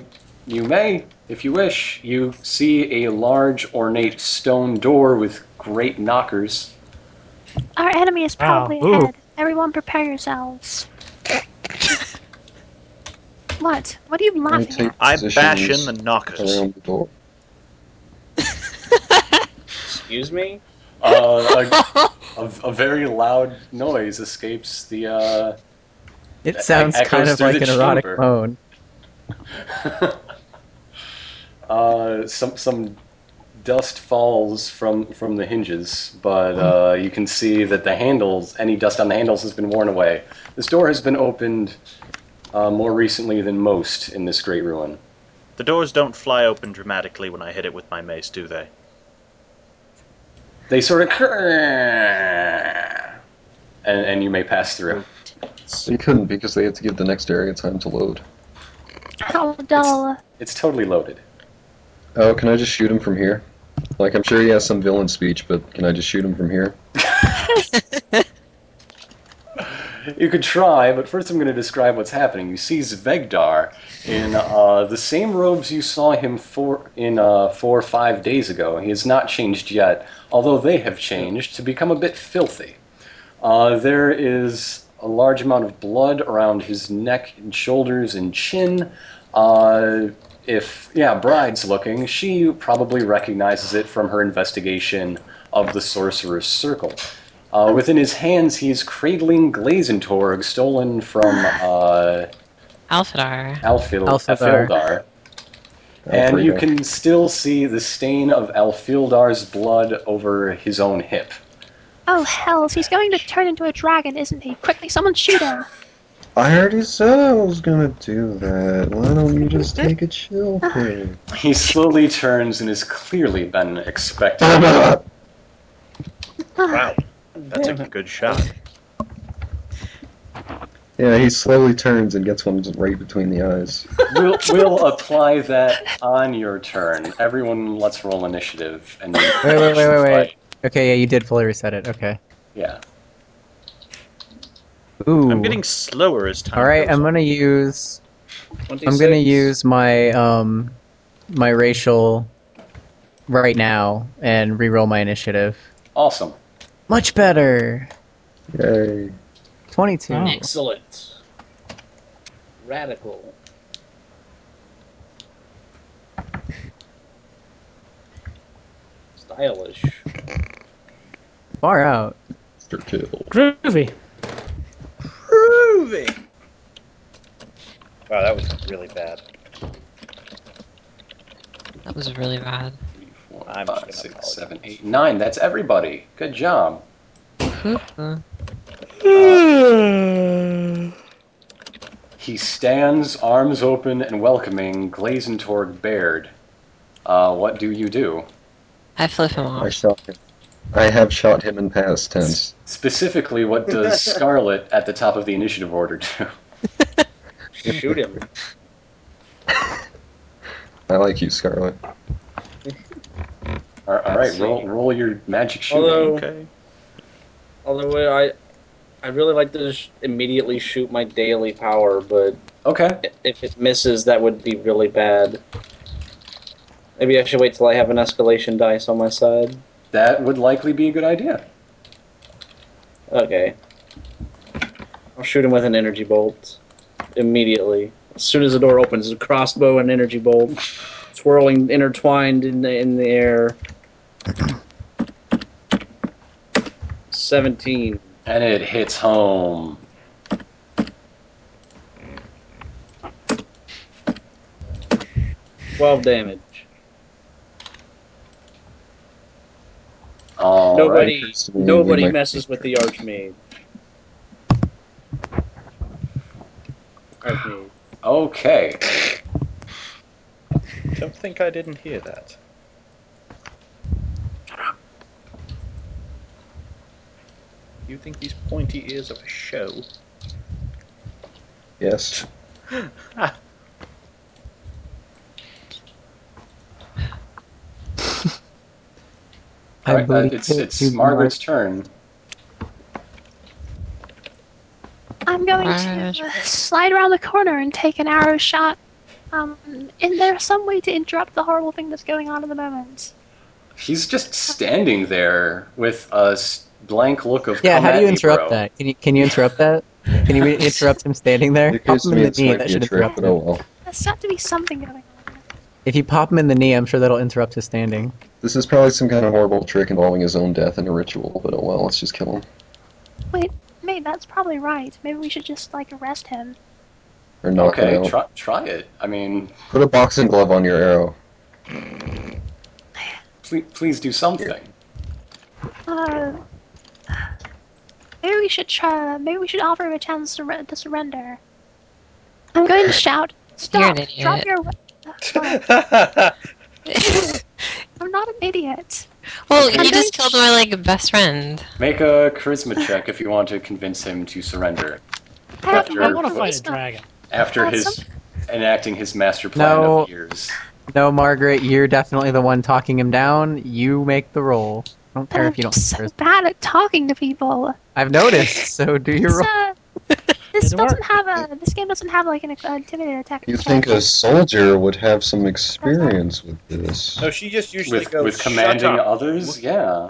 you may, if you wish. You see a large, ornate stone door with great knockers.
Our enemy is
Wow.
probably
Ooh.
ahead. Everyone
<laughs>
prepare yourselves. what? What are you
I
laughing
take
at?
I'm bashing
positions
the knockers.
around the door.
Excuse me?
Uh, a, a, a very loud noise escapes the. Uh,
it
That
sounds
echoes
kind of
through
like an
the
erotic
chamber.
moan.
uh, some some dust falls from from the hinges, but uh, you can see that the handles, any dust on the handles, has been worn away. This door has been opened uh, more recently than most in this great ruin.
The doors don't fly open dramatically when I hit it with my mace, do they?
They sort of and and you may pass through.
They couldn't because they had to give the next area time to load.
How dull.
It's totally loaded.
Oh, can I just shoot him from here? Like, I'm sure he has some villain speech, but can I just shoot him from here?
You could try, but first I'm going to describe what's happening. You see Zvegdar in uh, the same robes you saw him four, in uh, four or five days ago. He has not changed yet, although they have changed to become a bit filthy. Uh, there is a large amount of blood around his neck and shoulders and chin. Uh, if, yeah, Bride's looking, she probably recognizes it from her investigation of the Sorcerer's Circle. Uh, within his hands, he's cradling Glazentorg, stolen from uh,
Alphadar.
Alfil-
Alfildar.
Alfildar. And you can still see the stain of Alfildar's blood over his own hip.
Oh, hells, he's going to turn into a dragon, isn't he? Quickly, someone shoot him!
I already said I was gonna do that. Why don't you just take a chill pill?
He slowly turns and has clearly been expecting.
<laughs>
Wow. That's a good shot.
<laughs> yeah, he slowly turns and gets one right between the eyes.
we'll, we'll apply that on your turn. Everyone, let's roll initiative. And then
Wait, wait, wait, wait, wait. Okay, yeah, you did fully reset it. Okay.
Yeah.
Ooh.
I'm getting slower as time.
All right,
goes
I'm
on.
gonna use.
26.
I'm gonna use my um, my racial, right now, and reroll my initiative.
Awesome.
Much better.
Yay.
Twenty-two.
Oh.
Excellent. Radical. Stylish.
Far out.
Mr. Kill.
Groovy.
Groovy. Wow, that was really bad.
That was really bad.
Three, four,
I'm
five,
just gonna
six, seven,
apologize.
eight, nine. That's everybody. Good job.
Ooh.
He stands, arms open and welcoming, Glazentorg Baird. Uh, what do you do?
I flip him
I
off. <laughs>
shot him. I have shot him in past tense.
Specifically, what does Scarlet at the top of the initiative order do? <laughs>
Shoot him.
I like you, Scarlet.
All all
Let's
right, roll,
see.
roll your magic shooting.
Although,
Okay.
although I, I really like to just immediately shoot my daily power, but
okay.
i- if it misses, that would be really bad. Maybe I should wait till I have an escalation dice on my side.
That would likely be a good idea.
Okay. I'll shoot him with an energy bolt. Immediately. As soon as the door opens, a crossbow and energy bolt swirling intertwined in the in the air. Seventeen.
And it hits home.
Twelve damage.
All right.
nobody
Christy, we
nobody
might-
messes with the archmage. Archmage.
Okay.
Don't think I didn't hear that. You think these pointy ears are a show?
Yes.
I
Alright, uh,
believe
it's
it to
it's
be
Margaret's turn.
I'm going
Rush.
to uh, slide around the corner and take an arrow shot. Um, is there some way to interrupt the horrible thing that's going on at the moment?
He's just standing there with a s- blank look of.
Yeah.
"Come
How do
at
you
me,
interrupt
bro."
that? Can you can you interrupt that?
<laughs>
Can you re- interrupt him standing there?
It occurs to
pop him
me
in
this
the knee.
might
That
be a
should
trick,
interrupt
but
him.
oh well.
There's got to be something going on.
If you pop him in the knee, I'm sure that'll interrupt his standing.
This is probably some kind of horrible trick involving his own death in a ritual, but oh well, let's just kill him.
Mate, that's probably right. Maybe we should just, like, arrest him.
Or knock
Okay,
him out.
try, try it. I mean,
Put a boxing glove on your arrow.
please, please do something.
Uh, maybe we should try. Maybe we should offer him a chance to, re- to surrender. I'm going to shout,
You're
"Stop!
an
Drop
idiot.
your weapon!" I'm not an idiot.
well,
Okay.
you just killed my like best friend.
Make a charisma check if you want to convince him to surrender
I,
After-
I
I want to
know
fight
it's
a
not-
dragon.
after
Uh,
his
some-
enacting his master plan
No.
of years.
No, Margaret, you're definitely the one talking him down. You make the roll. I don't care
I'm
if you don't.
so bad at talking to people.
I've noticed, so do your
It's,
roll.
uh, this
Did it
doesn't
work?
have a. This game doesn't have like an uh, intimidating attack.
You think a
attack.
soldier would have some experience with this?
No, she just usually
With,
goes
with
"Shut
commanding
up."
others? Yeah.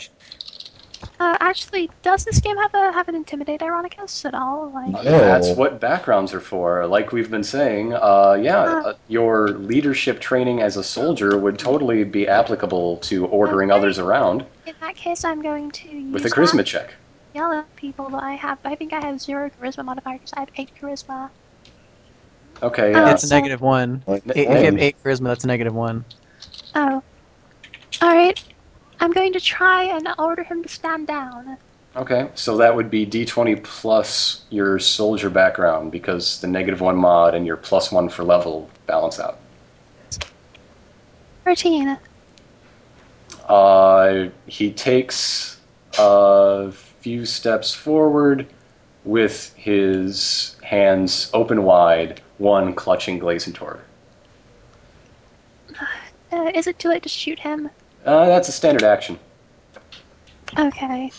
Uh, actually, does this game have a have an intimidate Ironicus at all? Like,
No.
That's what backgrounds are for. Like we've been saying, uh, yeah,
Ah.
uh, your leadership training as a soldier would totally be applicable to ordering
Okay.
others around
in that case, I'm going to use
with a
that
charisma check.
to yell at people that I have. I think I have zero charisma modifier because I have eight charisma.
Okay,
Ah.
yeah.
It's a negative one.
Like um,
If you have
one.
eight charisma, that's a negative one.
Oh. All right. I'm going to try and order him to stand down.
Okay, so that would be d20 plus your soldier background because the negative one mod and your plus one for level balance out.
Thirteen.
Uh, he takes a few steps forward with his hands open wide, one clutching Glazentor.
Uh, is it too late to shoot him?
Uh, that's a standard action.
Okay.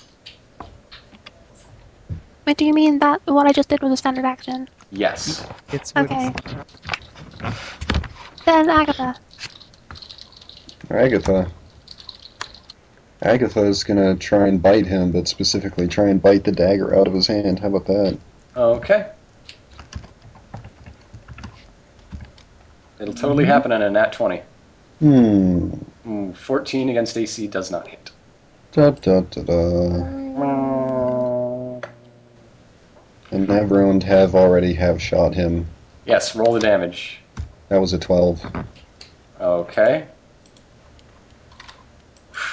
Wait, do you mean that what I just did was a standard action?
Yes.
It's with
Okay. Then Agatha.
Agatha. Agatha is gonna try and bite him, but specifically try and bite the dagger out of his hand. How about that?
Okay. It'll totally happen on a nat 20.
Hmm.
Mm, 14 against AC does not hit.
Da da da da. And that ruined have already have shot him.
Yes, roll the damage.
That was a twelve.
Okay.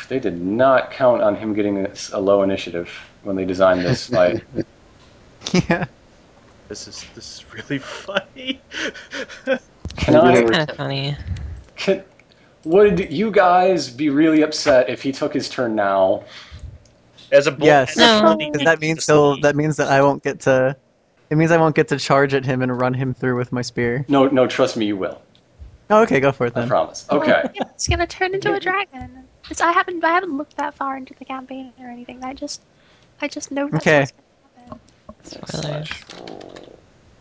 They did not count on him getting a a low initiative when they designed this fight.
<laughs>
<laughs>
yeah.
This is this is really funny.
Can
That's
I?
kind of funny.
Can, would you guys be really upset if he took his turn now?
As a bull-
Yes.
No.
Because that means he'll. That means that I won't get to. It means I won't get to charge at him and run him through with my spear.
No, no. Trust me, you will.
Oh, okay, go for it
I
then.
promise. Okay.
Yeah, <laughs> it's gonna turn into a dragon. It's, I haven't I haven't looked that far into the campaign or anything. I just I just know that's
Okay.
what's gonna happen.
Spoilers.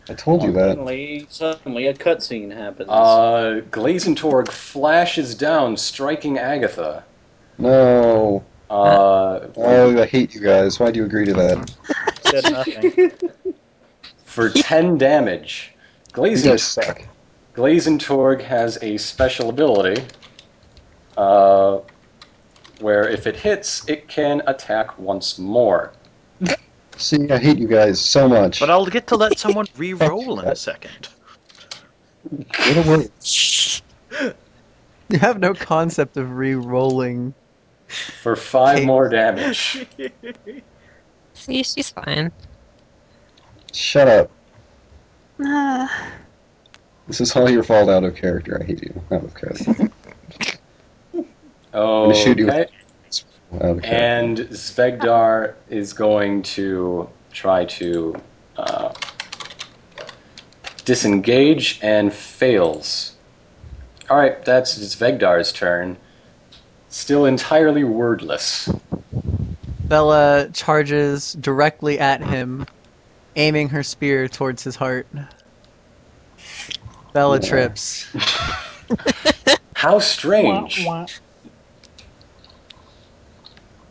I told you that.
Suddenly, suddenly a cutscene happens.
Uh, Glazentorg flashes down, striking Agatha.
No.
Uh,
Oh, I hate you guys. Why'd you agree to that?
said nothing.
for 10 damage.
You
Glazen-
guys suck.
Glazentorg has a special ability uh, where if it hits, it can attack once more.
See, I hate you guys so much.
But I'll get to let someone <laughs> re-roll in a second.
What a word.
You have no concept of re-rolling.
For five
Okay.
more
<laughs>
damage.
See, she's fine.
Shut up.
Uh,
This is all your fault out of character. I hate you. Out
<laughs>
of character.
Oh,
shoot you.
okay.
Out of character.
And Zvegdar is going to try to uh, disengage and fails. All right, that's Zvegdar's turn. Still entirely wordless.
Bella charges directly at him, aiming her spear towards his heart. Bella
Yeah.
trips.
How
Wah,
strange.
wah.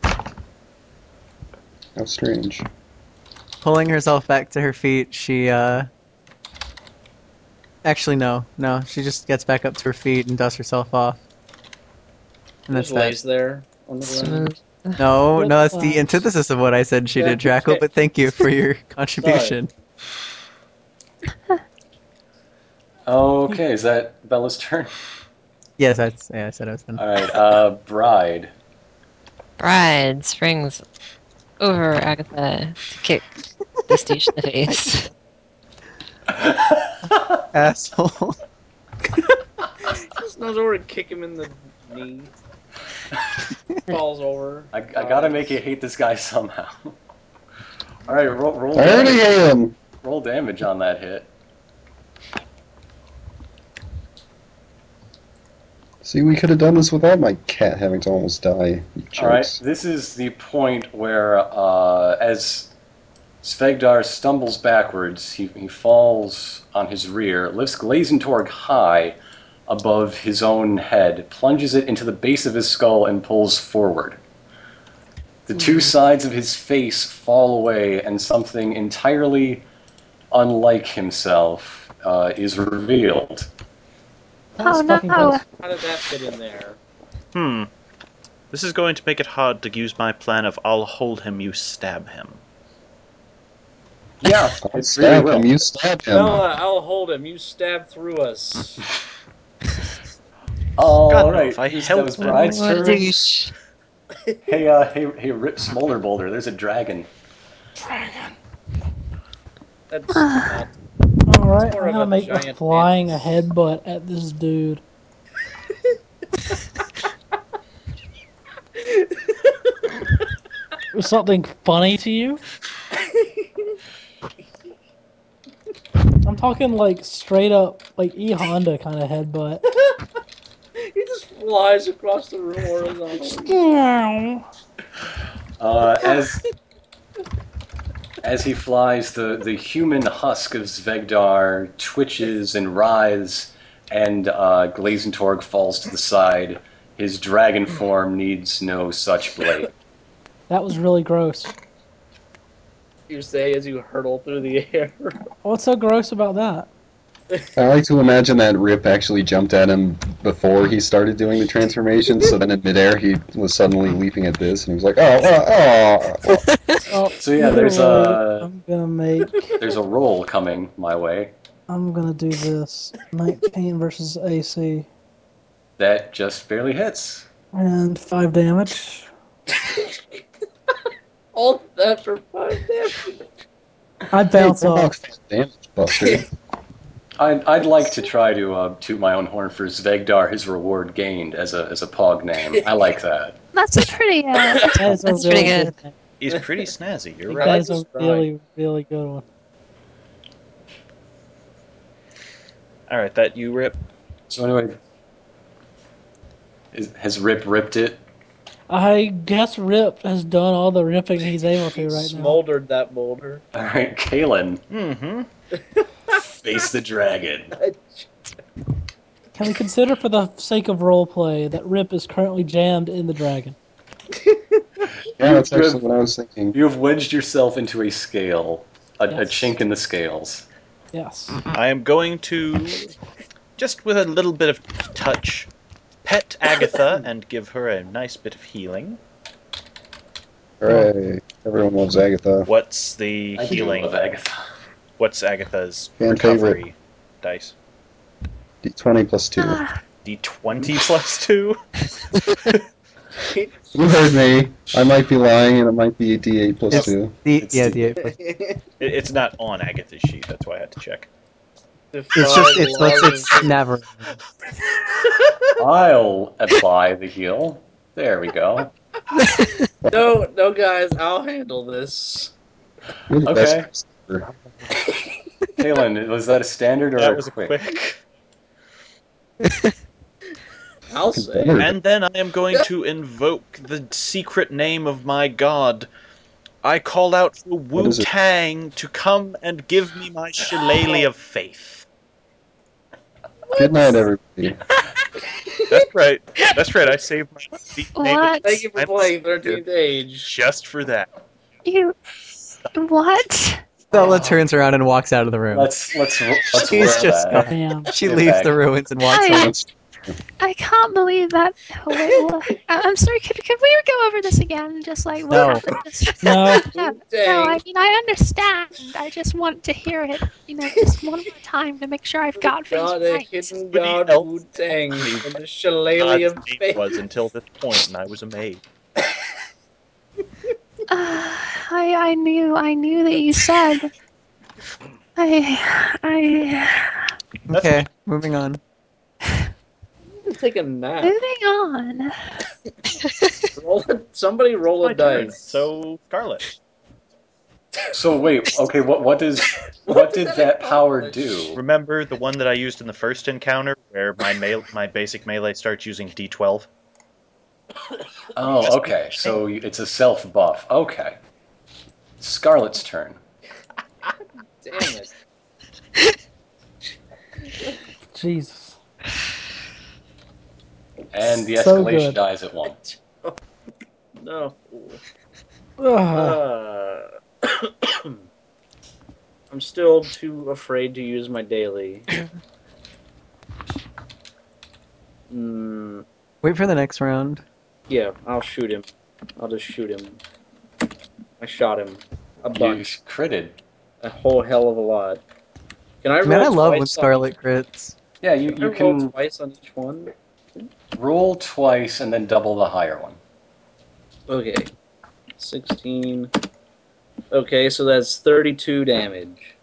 How strange.
Pulling herself back to her feet, she uh Actually no, no. She just gets back up to her feet and dusts herself off. And that's
Just
that.
lays there on the ground.
Smooth.
No, no, that's the
Whiplash.
antithesis of what I said she
Yeah,
did, Draco,
okay.
but thank you for your contribution.
Okay, is that Bella's turn? <laughs>
Yes, that's yeah, I said I was done.
All right, uh, Bride.
Bride springs over Agatha to kick the stage in the face.
Asshole.
Just knows over to kick him in the knee. <laughs> Falls over.
I, I gotta make you hate this guy somehow. <laughs> All right, roll, roll,
I already
damage,
am.
roll damage on that hit.
See, we could have done this without my cat having to almost die. You
All right,
jerks.
this is the point where, uh, as Svegdar stumbles backwards. He, he falls on his rear, lifts Glazentorg high above his own head, plunges it into the base of his skull, and pulls forward. The two
Hmm.
sides of his face fall away, and something entirely unlike himself uh, is revealed.
<sighs> Oh no!
How did that fit in there?
Hmm. This is going to make it hard to use my plan of I'll hold him, you stab him.
Yeah,
I'll
it's really
stab
will.
him. You stab him.
Bella, uh, I'll hold him. You stab through us.
God,
All
no,
right,
if I
this- that
help
was
him.
Bride's
What
turn.
a douche.
Hey, uh, hey, hey, Rip Smolder Boulder, there's a dragon.
That's not
<sighs>
Alright,
more
I'm
of
gonna
a
make a
giant
flying
penis.
headbutt at this dude. Was something funny to you? I'm talking like straight up, like E Honda kind of headbutt.
He just flies across the room horizontally.
Uh, as as he flies, the, the human husk of Zvegdar twitches and writhes, and uh, Glazentorg falls to the side. His dragon form needs no such blade.
That was really gross.
You say as you hurtle through the air.
What's so gross about that?
I like to imagine that Rip actually jumped at him before he started doing the transformation, so then in midair he was suddenly leaping at this, and he was like, oh, oh, oh.
Oh,
So yeah,
either
there's
way,
a-
I'm gonna make.
There's a roll coming my way.
I'm gonna do this. 19 versus AC
That just barely hits.
and five damage.
All that for fun. damn.
I
<laughs>
bounce off.
Damn, Buster.
I'd, I'd like to try to uh, toot my own horn for Zvegdar, his reward gained as a, as a pog name. I like that.
That's a pretty. Uh,
That is a really
That's pretty good.
name.
He's pretty snazzy. You're
That
right.
is
this guy.
a really, really good one.
All right, that you rip.
So anyway, is, has Rip ripped it?
I guess Rip has done all the ripping he's able to right now.
Smoldered that boulder.
All right, <laughs> Kalen,
Mm-hmm.
face the dragon.
Can we consider, for the sake of roleplay, that Rip is currently jammed in the dragon?
yeah, that's actually what I was thinking.
You have wedged yourself into a scale, a, a
Yes.
chink in the scales.
Yes.
I am going to, just with a little bit of touch, pet Agatha and give her a nice bit of healing.
Hooray. Everyone loves Agatha.
What's the healing?
of Agatha.
What's Agatha's
Fan
recovery
favorite.
dice?
D20 plus 2.
Ah.
<laughs>
D20 plus 2?
You heard me. I might be lying, and it might be D8 plus
Yes.
2.
<laughs> The,
It's
yeah,
the-
the eight plus-
It, it's not on Agatha's sheet, that's why I had to check.
It's just it's it's, it's never.
I'll apply the heal. There we go.
No, no, guys, I'll handle this.
You're the
Okay.
best. person.
Kalen, was that a standard or
That
a
was
quick?
quick.
I'll say.
And then I am going to invoke the secret name of my god. I call out for
What
Wu
is it?
Tang to come and give me my shillelagh of faith.
Good night, everybody.
That's right. That's right. I saved my seat name
what?
Thank you for
I'm-
playing 13th Age.
just for that.
You. What?
Bella turns around and walks out of the room.
Let's let's let's
She's
roll
just
that.
Damn.
she
get
leaves
back.
the ruins and walks
I,
out.
I can't believe that.
<laughs>
Oh, wait, wha- I- I'm sorry. Could, could we go over this again? Just like what
No.
happened? <laughs> This-
No.
Yeah, No, I
Dang.
mean I understand. I just want to hear it, you know, just one more time to make sure I've got things
Oh God, a
right.
hidden
Somebody
god
else
Wu Tang
told me
and the shillelagh
God's
of
name
faith.
was until this point, and I was amazed.
Uh, <sighs> I I knew I knew that you said. I I
Okay, moving on.
<laughs> Take a nap.
moving on.
Roll a, somebody roll a dice.
So Scarlet,
So wait, okay, what what does what did that power do?
remember the one that I used in the first encounter, where my male, my basic melee starts using D12.
Oh, okay. So you- it's a self buff. Okay. Scarlet's turn.
Damn it.
<laughs> Jesus.
And the
So
escalation
good.
dies at one.
No.
Ugh.
Uh, <coughs> I'm still too afraid to use my daily. Mm,
Wait for the next round.
yeah, I'll shoot him. I'll just shoot him. I shot him a
You
bunch,
critted.
a whole hell of a lot. Can I roll
Man, I love
twice
when
on-
Scarlet crits.
Yeah, you,
Can I
you
roll
can
twice on each one?
roll twice and then double the higher one.
Okay. 16. Okay, so that's 32 damage.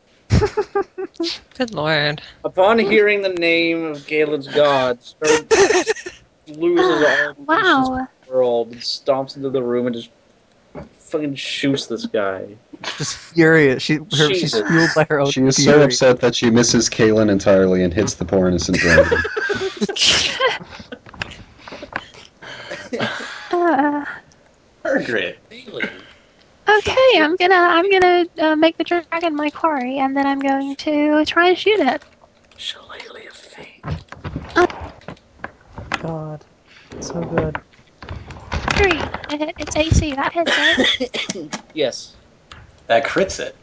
Good lord.
Upon hearing the name of Galen's god, Sturg loses all patience
<gasps> Wow.
in the world and stomps into the room and just fucking shoots this guy.
Just furious. She, her, she's
Jesus.
fueled by her own
She is so
fury.
upset that she misses Kaylin entirely and hits the poor innocent dragon.
Uh,
Margaret.
Galen.
okay, I'm gonna I'm gonna uh, make the dragon my quarry, and then I'm going to try and shoot it.
Shillelagh of fate.
God, so good.
Three. It hit- It's AC. That hits it.
Yes.
That crits it.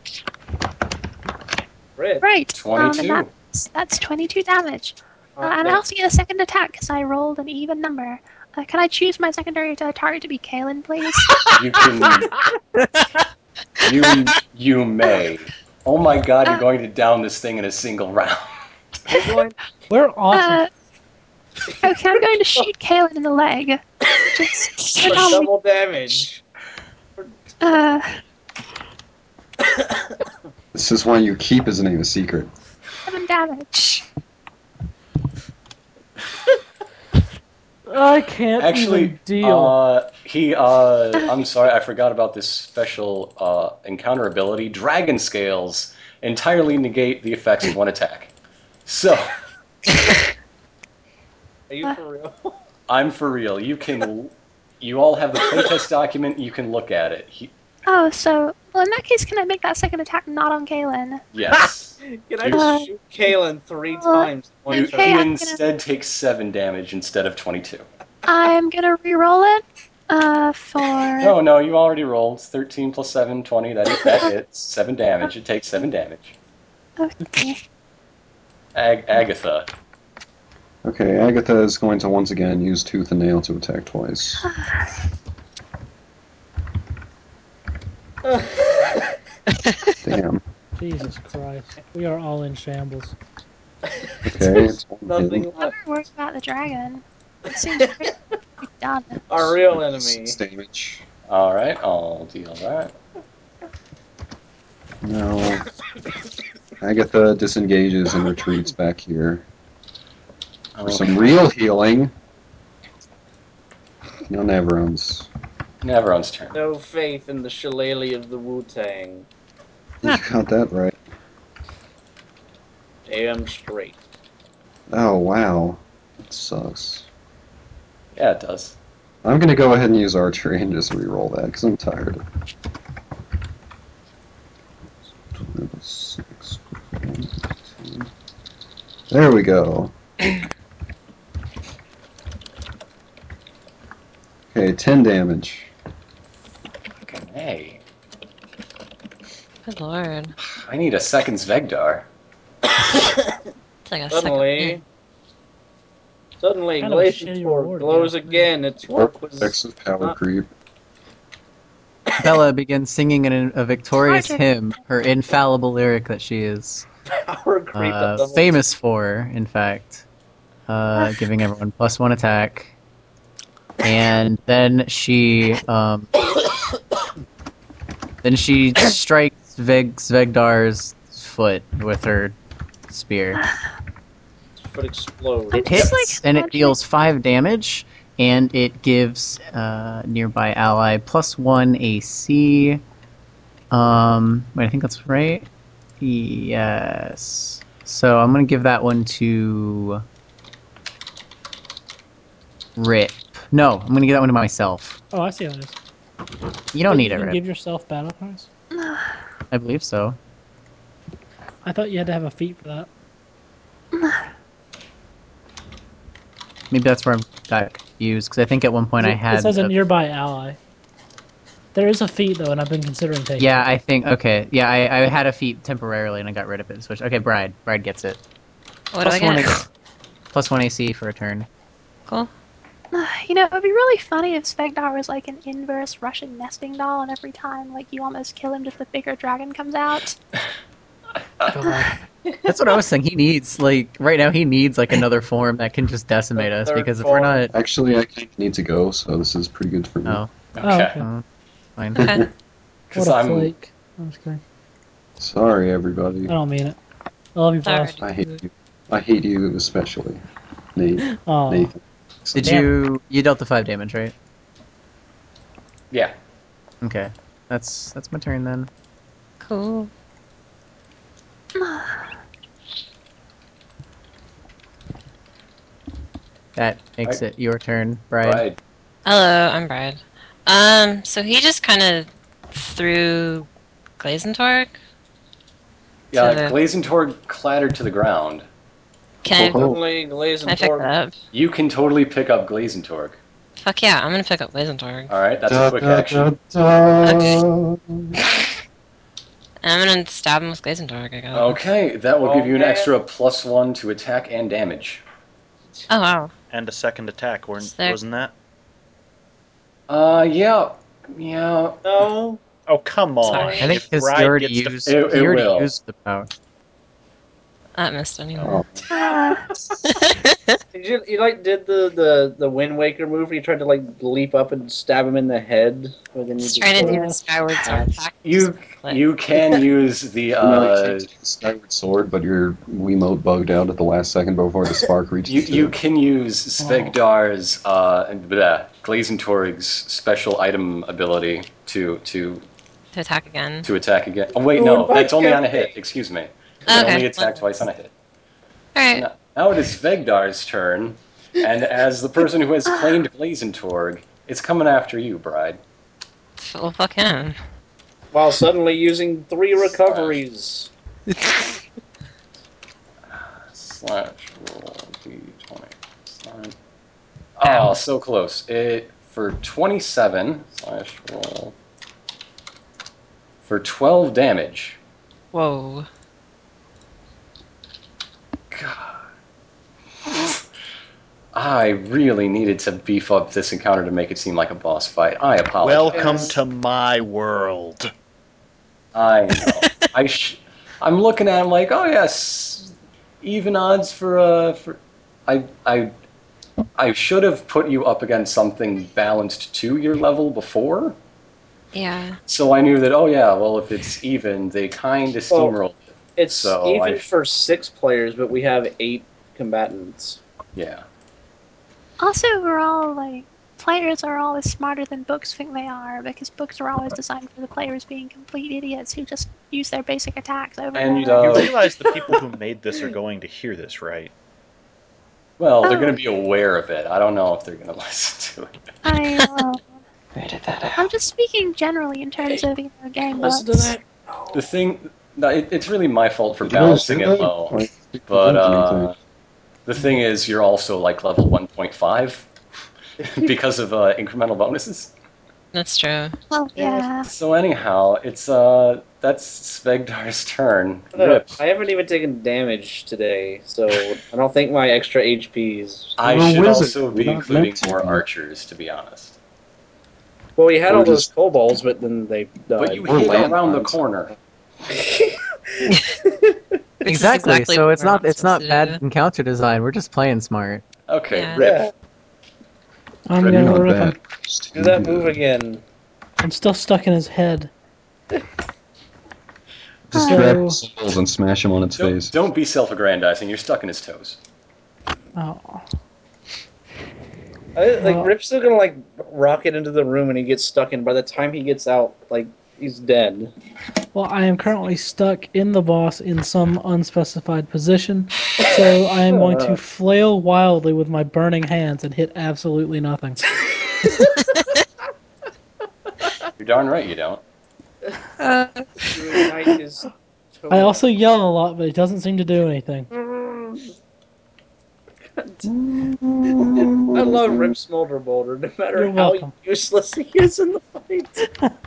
Red.
Right. Um, and
22.
that's, that's 22 damage.
Uh,
Uh, and I
yeah.
also get a second attack because I rolled an even number. Uh, can I choose my secondary to target to be Kalen, please?
You can. you, you may. Oh my god, you're going to down this thing in a single round.
We're awesome.
Uh, okay, I'm going to shoot Kalen in the leg. Just
For
for no
double damage.
re- uh,
this is why you keep his name a secret.
seven damage.
I can't
Actually,
even deal.
uh, he. Uh, I'm sorry, I forgot about this special uh, encounter ability. Dragon scales entirely negate the effects of one attack. So
Are you for real? <laughs>
I'm for real. You can. You all have the playtest document. You can look at it. He,
Oh, so well in that case, can I make that second attack not on Kalen? <laughs>
yes.
Can I
You-
just shoot Kalen three
Uh,
times? in One
You,
Okay,
he
I'm
turn?
gonna-
instead takes seven damage instead of 22.
I'm gonna re-roll it. Uh, for
No, Oh, no, you already rolled. 13 plus 7, 20. That, that hits. 7 damage. It takes 7 damage.
okay.
Ag- Agatha.
Okay, Agatha is going to once again use Tooth and Nail to attack twice. Damn.
Jesus Christ. We are all in shambles.
Okay, it's one hit.
Nothing
Never
left.
worry about the dragon. It seems pretty done.
Our real enemy.
Six damage.
Alright, I'll deal that.
No. Agatha disengages and retreats back here for some real healing. No Nevrons.
Navarrone's turn.
No faith in the shillelagh of the Wu Tang.
You got that right.
Damn straight.
Oh wow, that sucks.
Yeah, it does.
I'm gonna go ahead and use archery and just re-roll that because I'm tired. Six, two. There we go. Okay, ten damage.
Hey,
Good lord.
I need a second Zvegdar.
It's like a
Suddenly, suddenly,
Kind of a
Glacier
shitty
Torque
reward,
glows
yeah.
again. Its work
Effects
was
of power
not-
creep.
Bella begins singing an, a victorious
Roger.
hymn, her infallible lyric that she is
power creep. at
uh,
level
famous for, in fact, uh, giving everyone plus one attack. And then she, um, <coughs> then she <coughs> strikes Veg Svegdar's foot with her spear.
two, But explode.
It
I'm just,
hits
like,
and it
imagining-
deals five damage, and it gives uh, nearby ally plus one AC. Um, wait, I think that's right. Yes. So I'm gonna give that one to Rip. No, I'm gonna give that one to myself.
Oh, I see how it is.
You don't need
you
it,
can
Rip.
give yourself battle cries?
I believe so.
I thought you had to have a feat for that.
Maybe that's where I got confused because I think at one point I
It-
had.
It says a
a-
nearby ally. There is a feat though, and I've been considering taking.
yeah, I think okay. Yeah, I, I had a feat temporarily and I got rid of it. Switch. Okay, Bride. Bride gets it.
What do I
Plus one,
get?
AC plus one AC for a turn.
Cool.
<sighs> You know, it would be really funny if Svegdar was like an inverse Russian nesting doll, and every time, like, you almost kill him, just the bigger dragon comes out.
<laughs>
Oh,
That's what I was saying. He needs like right now. He needs like another form that can just decimate
A
us
third
because if we're
form.
not.
Actually, I kind of need to go, so this is pretty good for me.
Oh,
Oh, okay.
Okay.
fine.
Okay.
What
Because
a
I'm
flake. I'm just kidding.
Sorry, everybody.
I
Oh,
don't mean it. I love you,
Sorry.
Frost.
I hate you. I hate you especially, Nate.
Aw.
Nathan.
Did
Damn.
you you dealt the five damage right?
yeah.
Okay, that's that's my turn then.
Cool.
That makes
Right.
it your turn, Bride.
Right.
Hello, I'm Brad. Um, so he just kind of threw Glazentorg.
Yeah,
So-
Glazentorg clattered to the ground.
Can I,
Oh.
Only Glaze
can I
and
pick
Thor.
that up?
You can totally pick up Glazentorg.
Fuck yeah, I'm gonna pick up Glazentorg.
All right, that's a quick action.
And I'm gonna stab him with Glazentorg, I guess.
Okay, that will give you an
Okay.
extra plus one to attack and damage.
Oh wow.
And a second attack, weren't,
Sick.
wasn't that?
Uh, yeah, yeah.
No. Oh, come on.
Sorry.
I think
If
because he
Ride
already
gets to-
used
It- it
he already
will.
used the power.
That missed anyway.
Oh.
Did you, you like did the, the, the Wind Waker move where you tried to like leap up and stab him in the head? Or then you
Just
just-
trying to do the Skyward Sword attack.
You
But-
you can use the
no, you
uh,
can't take the skyward sword, but your Wiimote bugged out at the last second before the spark reached.
you
it.
you can use Svegdar's uh and blah, Glazentorg's special item ability to to
to attack again.
to attack again. Oh wait,
Oh,
no,
my
that's only on a
goodness.
hit. Excuse me. You can
Okay.
only attack twice on a hit.
Alright.
No. Now it is Vegdar's turn, and as the person who has claimed Blazentorg, it's coming after you, Bride.
F- Well, fuck him.
While suddenly using three recoveries.
Slash roll d20. Slash. Oh, so close. It for 27 slash roll for 12 damage.
Whoa.
I really needed to beef up this encounter to make it seem like a boss fight. I apologize.
Welcome to my world.
I know. I sh- I'm looking at him like, oh yes, even odds for uh for I I I should have put you up against something balanced to your level before,
Yeah.
so I knew that. Oh yeah, well if it's even, they kind of steamroll. it.
It's
So,
even
I-
for six players, but we have eight combatants.
Yeah,
Also, we're all like, players are always smarter than books think they are because books are always designed for the players being complete idiots who just use their basic attacks over
And,
and,
uh,
You
Oh.
realize the people who made this are going to hear this, right?
well they're
Oh.
gonna be aware of it. I don't know if they're gonna <laughs> listen to it.
I, uh, I'm just speaking generally in terms of you know, game
Listen to
books.
that.
The thing, no, it, it's really my fault for
You don't
balancing
see
it
that?
low.
Like, you
But
don't do
uh,
anything.
the thing is, you're also like level 1.5 <laughs> because of uh, incremental bonuses.
That's true.
Well, yeah.
So anyhow, it's uh that's Svegdar's turn. Rip.
I haven't even taken damage today, so I don't think my extra HPs.
I
Well,
should
wizard,
also be
you're not
including
meant to.
more archers, to be honest.
Well, we had
Or
all those
just-
kobolds, but then they died.
But you
Or
hid
land
around the
mines.
corner.
Which is
Exactly. so
what
it's
we're
not it's
supposed
not
to
bad
do.
encounter design. We're just playing smart.
Okay,
Yeah.
Oh, Rip.
Yeah,
I'm
You're
gonna
not
rip him.
that. Just
do that
good.
move again.
I'm still stuck in his head.
Just
So-
grab his symbols and smash him on its
Don't,
face.
don't be self-aggrandizing. You're stuck in his toes.
Oh,
I, like
Well-
Rip's still gonna like rocket into the room, and he gets stuck. And by the time he gets out, like he's dead.
well, I am currently stuck in the boss in some unspecified position, so I am
<laughs>
going to flail wildly with my burning hands and hit absolutely nothing.
You're darn right you don't.
<laughs> You ignite his
I also yell a lot, but it doesn't seem to do anything.
I love Rip Smolder Boulder, no matter
You're
how
welcome.
useless he is in the
<laughs>
<laughs>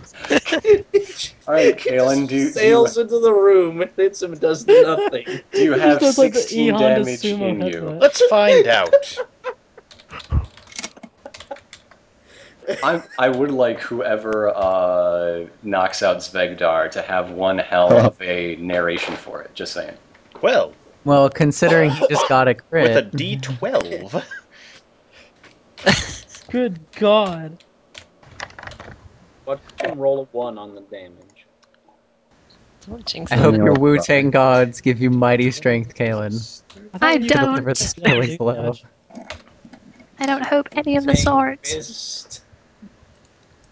fight.
All right, Kalen, do, you- do you,
Sails into the room and hits him and
<laughs>
does nothing.
do you have
Just like the
16
E-Honda
damage
Sumo
in
hit
you?
that.
Let's find out.
I, I would like whoever uh, knocks out Zvegdar to have one hell of a narration for it. Just saying.
Well,
Well, considering he just got a
with a
crit,
D12.
Good God.
Watch him roll a one on the damage.
Don't jinx
I
it.
hope your Wu Tang gods give you mighty strength, Kalen.
I,
I
thought you-
But the
don't.
risk is really low.
I don't hope any of the
Saying
swords.
fist.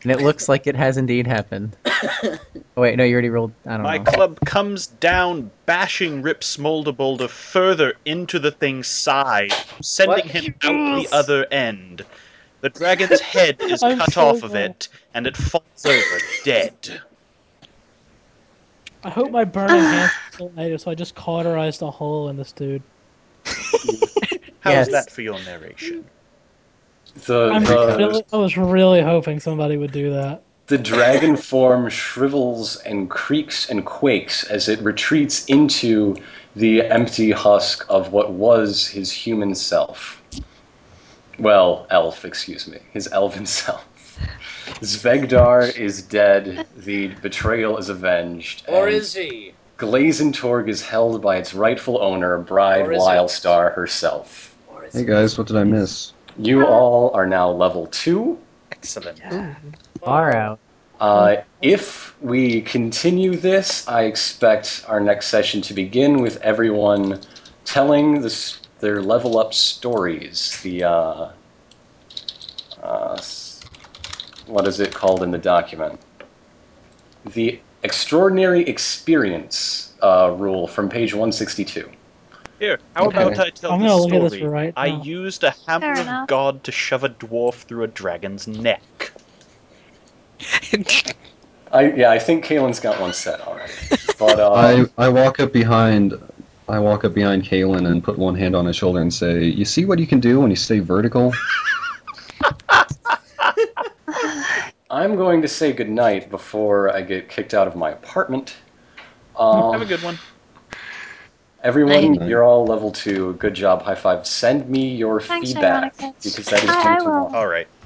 And it looks like it has indeed happened. Oh, wait, no, you already rolled. I don't
My
know.
club comes down, bashing Rip Smolderboulder further into the thing's side, sending
What?
him out the other end. The dragon's
<laughs>
head is
I'm
cut
so
off of
glad.
it, and it falls over dead.
I hope my burning hands still native, so I just cauterized a hole in this dude.
How's
Yes.
that for your narration?
The,
I'm
the,
really, I was really hoping somebody would do that.
the dragon form shrivels and creaks and quakes as it retreats into the empty husk of what was his human self. Well, elf, excuse me. His elven self. Zvegdar is dead. The betrayal is avenged.
Or
and-
is he?
Glazentorg is held by its rightful owner, Bride
Or is it?
Wildstar herself.
Or is
Hey
he?
guys, what did I miss?
Ah.
You all are now level two.
Excellent.
Far out.
Hmm.
Uh, if we continue this, I expect our next session to begin with everyone telling the, s- their level up stories. The uh, uh, s- what is it called in the document? The extraordinary experience uh, rule from page 162.
Here, how
Okay.
about I tell
I'm
the
gonna look
story?
at this right
I
now.
used a hammer
Fair
of
enough.
God to shove a dwarf through a dragon's neck.
<laughs>
I yeah, I think Kalen's got one set already. But uh,
I, I walk up behind I walk up behind Kalen and put one hand on his shoulder and say, You see what you can do when you stay vertical?
I'm going to say goodnight before I get kicked out of my apartment.
Have a
Um,
good one.
everyone,
Night.
you're all level two. Good job. High five. Send me your
Thanks,
feedback
Ironicus.
because that is due
I- I will.
tomorrow.
All right.